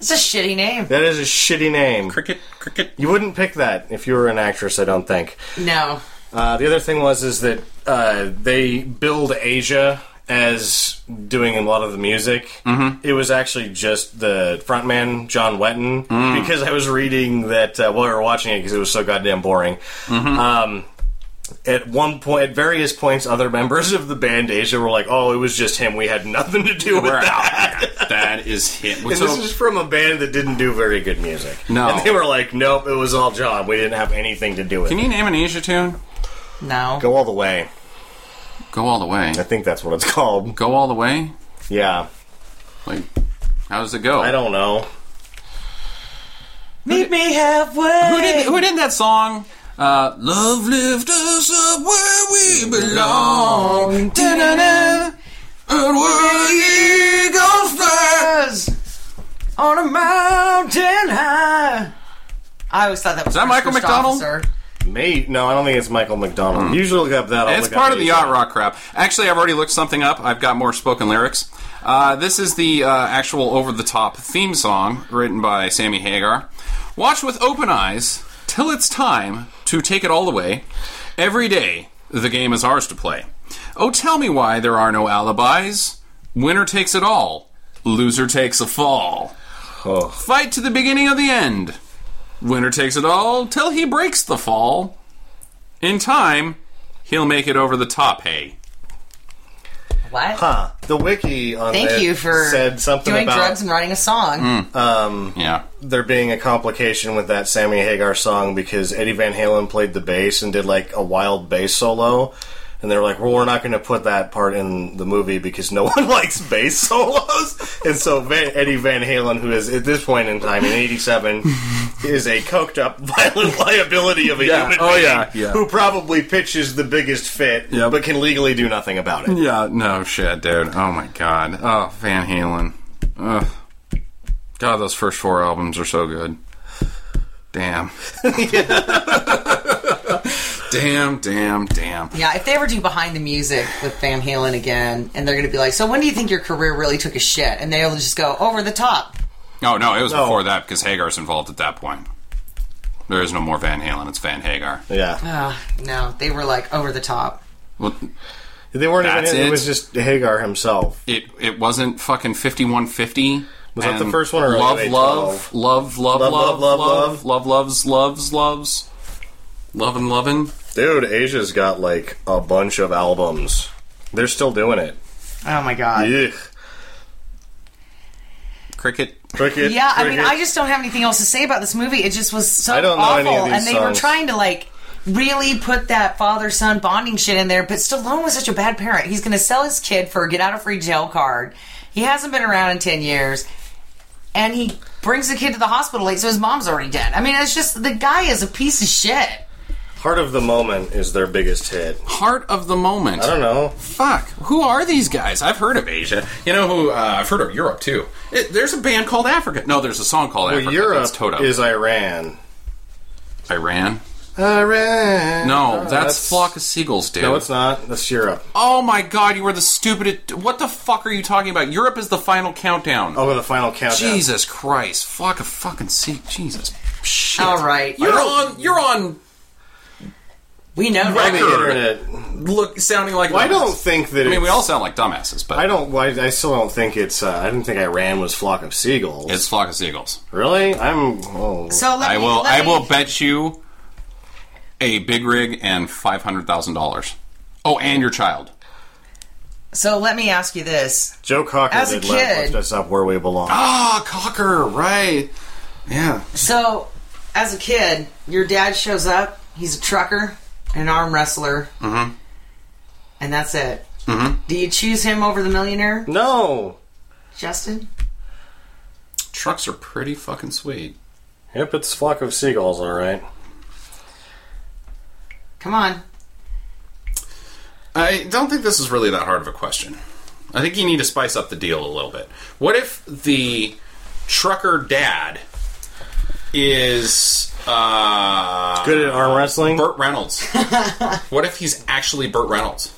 Speaker 4: it's a shitty name.
Speaker 3: That is a shitty name.
Speaker 5: Cricket. Cricket.
Speaker 3: You wouldn't pick that if you were an actress, I don't think.
Speaker 4: No,
Speaker 3: Uh, the other thing was is that uh, they billed Asia as doing a lot of the music.
Speaker 5: Mm-hmm.
Speaker 3: It was actually just the frontman John Wetton
Speaker 5: Mm.
Speaker 3: because I was reading that uh, while we were watching it because it was so goddamn boring.
Speaker 5: Mm-hmm.
Speaker 3: Um, at one point, at various points, other members of the band Asia were like, "Oh, it was just him. We had nothing to do with
Speaker 5: We're out.
Speaker 3: that."
Speaker 5: Yeah, that is him.
Speaker 3: And
Speaker 5: So-
Speaker 3: this is from a band that didn't do very good music.
Speaker 5: No.
Speaker 3: and they were like, "Nope, it was all John. We didn't have anything to do with."
Speaker 5: can
Speaker 3: it.
Speaker 5: you name an Asia tune?
Speaker 4: no.
Speaker 3: Go all the way.
Speaker 5: Go all the way.
Speaker 3: I think that's what it's called.
Speaker 5: Go all the way.
Speaker 3: Yeah.
Speaker 5: Like, how does it go?
Speaker 3: I don't know.
Speaker 4: Meet me
Speaker 5: Who did,
Speaker 4: halfway.
Speaker 5: who did that song? Uh, Love lift us up where we belong. Da-da-da. And where eagles fly.
Speaker 4: on a mountain high. I always thought that was
Speaker 5: that Michael
Speaker 4: First
Speaker 5: McDonald?
Speaker 4: Officer.
Speaker 3: May no, I don't think it's Michael McDonald. You Usually look up that. I'll
Speaker 5: Hmm. It's
Speaker 3: look
Speaker 5: part
Speaker 3: up
Speaker 5: of the
Speaker 3: Asia.
Speaker 5: yacht rock crap. Actually, I've already looked something up. I've got more spoken lyrics. Uh, this is the uh, actual over the top theme song written by Sammy Hagar. Watch with open eyes till it's time to take it all away. Every day, the game is ours to play. Oh, tell me why there are no alibis. Winner takes it all, loser takes a fall.
Speaker 3: Oh,
Speaker 5: Fight to the beginning of the end. Winner takes it all till he breaks the fall. In time, he'll make it over the top, hey.
Speaker 4: What?
Speaker 3: huh. The wiki on
Speaker 4: Thank
Speaker 3: this
Speaker 4: you for
Speaker 3: said something
Speaker 4: doing
Speaker 3: about
Speaker 4: drugs and writing a song.
Speaker 5: Yeah.
Speaker 3: there being a complication with that Sammy Hagar song because Eddie Van Halen played the bass and did like a wild bass solo. And they're like, well, we're not going to put that part in the movie because no one likes bass solos. And so Van, Eddie Van Halen, who is at this point in time in '87, is a coked up, violent liability of a
Speaker 5: Yeah.
Speaker 3: human
Speaker 5: Oh,
Speaker 3: being
Speaker 5: yeah. Yeah.
Speaker 3: who probably pitches the biggest fit,
Speaker 5: Yep. Mm.
Speaker 3: but can legally do nothing about it.
Speaker 5: Yeah, no shit, dude. Oh my god. Oh, Van Halen. Ugh. God, those first four albums are so good. Damn. damn, damn, damn.
Speaker 4: Yeah, if they ever do behind the music with Van Halen again, and they're going to be like, "So when do you think your career really took a shit?" and they'll just go over the top.
Speaker 5: Oh, No, no, it was
Speaker 3: No.
Speaker 5: before that because Hagar's involved at that point. There is no more Van Halen, it's Van Hagar.
Speaker 3: Yeah,
Speaker 4: Uh, no, they were like over the top.
Speaker 5: Well,
Speaker 3: they weren't. Even
Speaker 5: That's
Speaker 3: in, it.
Speaker 5: it?
Speaker 3: was just Hagar himself.
Speaker 5: it it wasn't fucking 5150
Speaker 3: Was that the first one or
Speaker 5: love
Speaker 3: early
Speaker 5: love, love love love love love love love loves loves loves love and lovin
Speaker 3: Dude, Asia's got like a bunch of albums. They're still doing it.
Speaker 4: Oh my god. Yeah,
Speaker 3: Ugh.
Speaker 5: cricket
Speaker 3: Cricket.
Speaker 4: I mean,
Speaker 3: cricket.
Speaker 4: I just don't have anything else to say about this movie. It just was so
Speaker 3: I don't know
Speaker 4: awful,
Speaker 3: any of these
Speaker 4: and they were
Speaker 3: songs.
Speaker 4: trying to like really put that father-son bonding shit in there. But Stallone was such a bad parent. He's going to sell his kid for a get out of free jail card. He hasn't been around in ten years, and he brings the kid to the hospital late, so his mom's already dead. I mean, it's just the guy is a piece of shit.
Speaker 3: Heart of the Moment is their biggest hit.
Speaker 5: heart of the moment
Speaker 3: I don't know.
Speaker 5: fuck who are these guys i've heard of asia you know who uh, i've heard of europe too it, there's a band called africa no there's a song called
Speaker 3: Well,
Speaker 5: africa
Speaker 3: Europe
Speaker 5: that's toto
Speaker 3: is Iran.
Speaker 5: iran
Speaker 3: Alright.
Speaker 5: No, that's,
Speaker 3: that's-
Speaker 5: Flock of Seagulls, dude.
Speaker 3: No, it's not. That's Europe.
Speaker 5: oh my god, you are the stupidest. What the fuck are you talking about? Europe is the final countdown.
Speaker 3: Oh, the final countdown.
Speaker 5: Jesus Christ. Flock of fucking Sea. Jesus. Shit.
Speaker 4: All right.
Speaker 5: You're on. You're on.
Speaker 4: We know.
Speaker 3: On the
Speaker 5: Record.
Speaker 3: internet.
Speaker 5: Look, sounding like.
Speaker 3: Well, I don't
Speaker 5: dumbass.
Speaker 3: think that.
Speaker 5: I mean, we
Speaker 3: it's-
Speaker 5: all sound like dumbasses, but
Speaker 3: I don't. I, I still don't think it's. Uh, I didn't think Iran was flock of seagulls.
Speaker 5: it's flock of seagulls.
Speaker 3: really. I'm. Oh.
Speaker 4: So let
Speaker 5: I
Speaker 4: me-
Speaker 5: will.
Speaker 4: let
Speaker 5: I
Speaker 4: me-
Speaker 5: will bet you a big rig and five hundred thousand dollars. Oh, and your child.
Speaker 4: So let me ask you this.
Speaker 3: Joe Cocker
Speaker 4: As a
Speaker 3: did left,
Speaker 4: kid-
Speaker 3: lift us up where we belong.
Speaker 5: Ah, Cocker, right? Yeah.
Speaker 4: So, as a kid, your dad shows up. He's a trucker, an arm wrestler, mm-hmm. and that's it. Mm-hmm. Do you choose him over the millionaire,
Speaker 3: No.
Speaker 4: Justin?
Speaker 5: Trucks are pretty fucking sweet.
Speaker 3: Yep, it's flock of seagulls. All right.
Speaker 4: Come on.
Speaker 5: I don't think this is really that hard of a question. I think you need to spice up the deal a little bit. What if the trucker dad is uh,
Speaker 3: Good at arm wrestling.
Speaker 5: Burt Reynolds? what if he's actually Burt Reynolds?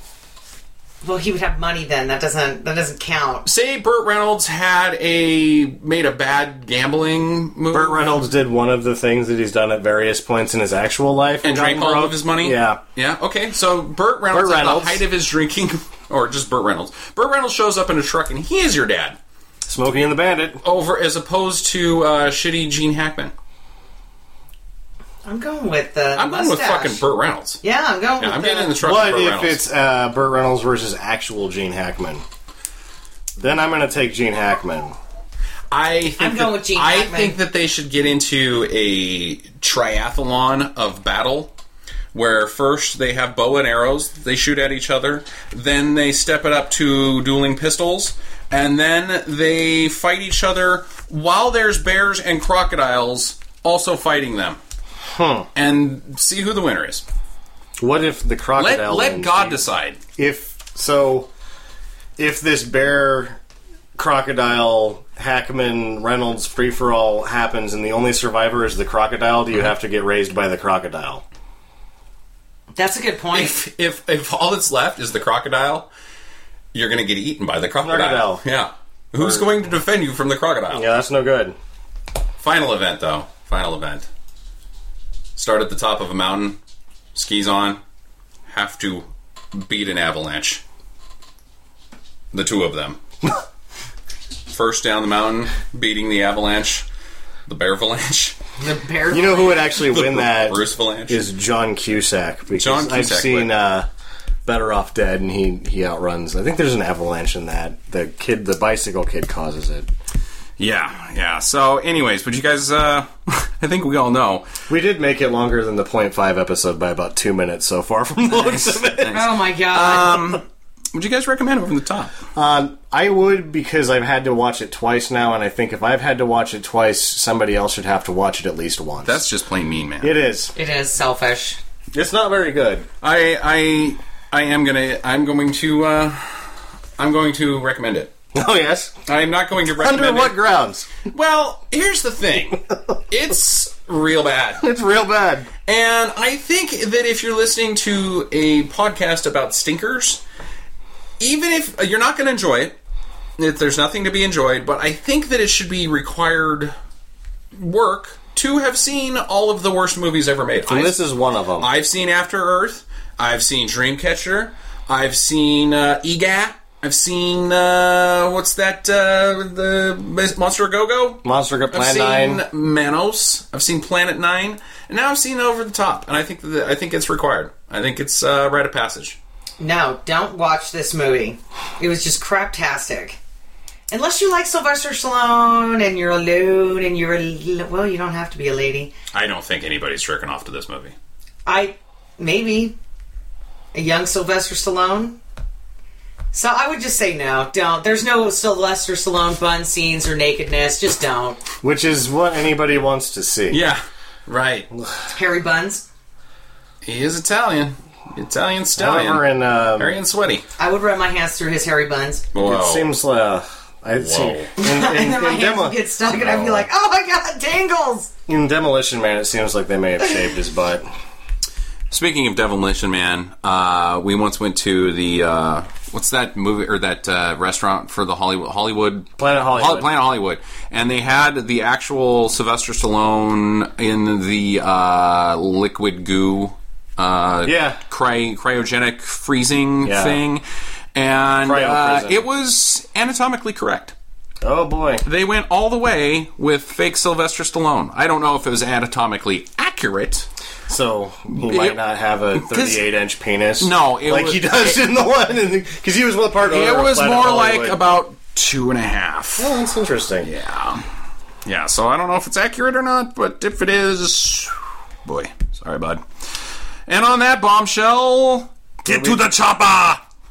Speaker 4: Well, he would have money then. That doesn't. That doesn't count.
Speaker 5: say Burt Reynolds had a made a bad gambling move
Speaker 3: Burt Reynolds did one of the things that he's done at various points in his actual life
Speaker 5: and
Speaker 3: got
Speaker 5: drank all
Speaker 3: broke.
Speaker 5: of his money.
Speaker 3: Yeah.
Speaker 5: yeah, okay. So Burt Reynolds,
Speaker 3: Burt
Speaker 5: at
Speaker 3: Reynolds.
Speaker 5: the height of his drinking, or just Burt Reynolds. Burt Reynolds shows up in a truck, and he is your dad.
Speaker 3: Smokey and the Bandit.
Speaker 5: Over as opposed to uh, shitty Gene Hackman.
Speaker 4: I'm going with the.
Speaker 5: I'm going with
Speaker 4: mustache.
Speaker 5: fucking Burt Reynolds.
Speaker 4: Yeah, I'm going.
Speaker 5: Yeah,
Speaker 4: with
Speaker 5: I'm
Speaker 4: the,
Speaker 5: getting in the truck.
Speaker 3: What
Speaker 5: with Burt
Speaker 3: if
Speaker 5: Reynolds.
Speaker 3: it's uh, Burt Reynolds versus actual Gene Hackman? Then I'm going to take Gene Hackman.
Speaker 5: I think
Speaker 4: I'm going
Speaker 5: that-
Speaker 4: with Gene
Speaker 5: I
Speaker 4: Hackman.
Speaker 5: think that they should get into a triathlon of battle where first they have bow and arrows they shoot at each other, then they step it up to dueling pistols, and then they fight each other while there's bears and crocodiles also fighting them. And see who the winner is.
Speaker 3: Hmm. What if the
Speaker 5: Let
Speaker 3: crocodile?
Speaker 5: let
Speaker 3: wins?
Speaker 5: God decide.
Speaker 3: If so, if this bear, crocodile, Hackman, Reynolds free for all happens, and the only survivor is the crocodile, do you
Speaker 5: Mm-hmm.
Speaker 3: have to get raised by the crocodile?
Speaker 4: That's a good point.
Speaker 5: If if if all that's left is the crocodile, you're gonna get eaten by the crocodile.
Speaker 3: Crocodile.
Speaker 5: Yeah. Who's going to defend you from the crocodile?
Speaker 3: Yeah, that's no good.
Speaker 5: Final event though. Final event. Start at the top of a mountain, skis on, have to beat an avalanche. The two of them. First down the mountain, beating the avalanche, the bear avalanche,
Speaker 4: the bear.
Speaker 3: You know who would actually win that
Speaker 5: Bruce avalanche.
Speaker 3: is John Cusack because
Speaker 5: John
Speaker 3: I've
Speaker 5: Cusack
Speaker 3: seen
Speaker 5: would.
Speaker 3: uh, Better Off Dead, and he he outruns. I think there's an avalanche in that. The kid, the bicycle kid, causes it.
Speaker 5: yeah, yeah. So, anyways, but you guys, uh, I think we all know
Speaker 3: We did make it longer than the .5 episode by about two minutes so far from the looks of it.
Speaker 4: oh my
Speaker 5: Um,
Speaker 4: god.
Speaker 5: Would you guys recommend Over the Top?
Speaker 3: Um, I would because I've had to watch it twice now, and I think if I've had to watch it twice, somebody else should have to watch it at least once.
Speaker 5: That's just plain mean, man.
Speaker 3: it is.
Speaker 4: it is selfish.
Speaker 3: It's not very good.
Speaker 5: I I I am gonna I'm going to uh, I'm going to recommend it.
Speaker 3: Oh yes.
Speaker 5: I'm not going to recommend
Speaker 3: Under what
Speaker 5: it.
Speaker 3: grounds?
Speaker 5: Well, here's the thing. it's real bad.
Speaker 3: It's real bad.
Speaker 5: And I think that if you're listening to a podcast about stinkers, even if uh, you're not going to enjoy it, if there's nothing to be enjoyed, but I think that it should be required work to have seen all of the worst movies ever made. I-
Speaker 3: And this is one of them.
Speaker 5: I've seen After Earth. I've seen Dreamcatcher. I've seen uh, EGAT. I've seen uh, what's that? Uh, the Monster Go Go.
Speaker 3: Monster Go- Plan
Speaker 5: I've seen
Speaker 3: Nine.
Speaker 5: Manos. I've seen Planet Nine, and now I've seen Over the Top. And I think that I think it's required. I think it's uh, rite of passage.
Speaker 4: No, don't watch this movie. It was just craptastic. Unless you like Sylvester Stallone and you're alone and you're a, well, you don't have to be a lady.
Speaker 5: I don't think anybody's jerking off to this movie.
Speaker 4: I maybe a young Sylvester Stallone. So I would just say no, don't. There's no Sylvester Stallone bun scenes or nakedness. Just don't.
Speaker 3: which is what anybody wants to see.
Speaker 5: Yeah, right.
Speaker 4: Hairy buns.
Speaker 5: He is Italian. Italian
Speaker 3: However,
Speaker 5: stallion.
Speaker 3: in um,
Speaker 5: Hairy and sweaty.
Speaker 4: I would run my hands through his hairy buns,
Speaker 5: Whoa.
Speaker 3: it seems like uh, I see, in,
Speaker 4: and
Speaker 3: in,
Speaker 4: then my hands
Speaker 3: in, Demo-
Speaker 4: would get stuck, and I'd be like, "Oh my god, tangles!"
Speaker 3: in Demolition Man, it seems like they may have shaved his butt.
Speaker 5: Speaking of Demolition Man, uh, we once went to the uh, what's that movie or that uh, restaurant for the Hollywood Hollywood
Speaker 3: Planet Hollywood.
Speaker 5: Hol- Planet Hollywood, and they had the actual Sylvester Stallone in the uh, liquid goo, uh,
Speaker 3: Yeah.
Speaker 5: cry- cryogenic freezing
Speaker 3: Yeah.
Speaker 5: thing, and
Speaker 3: Cryo
Speaker 5: uh,
Speaker 3: prison.
Speaker 5: it was anatomically correct
Speaker 3: Oh boy.
Speaker 5: they went all the way with fake Sylvester Stallone. I don't know if it was anatomically accurate.
Speaker 3: So he might not have a 38 inch penis.
Speaker 5: No, it
Speaker 3: like
Speaker 5: was-
Speaker 3: he does in the one, because he was one part. owner
Speaker 5: it
Speaker 3: of
Speaker 5: was
Speaker 3: Planet
Speaker 5: more
Speaker 3: Hollywood.
Speaker 5: like about two and a half.
Speaker 3: Oh, that's interesting. Yeah.
Speaker 5: Yeah, so I don't know if it's accurate or not, but if it is, boy, sorry, bud. And on that bombshell, get to the chopper.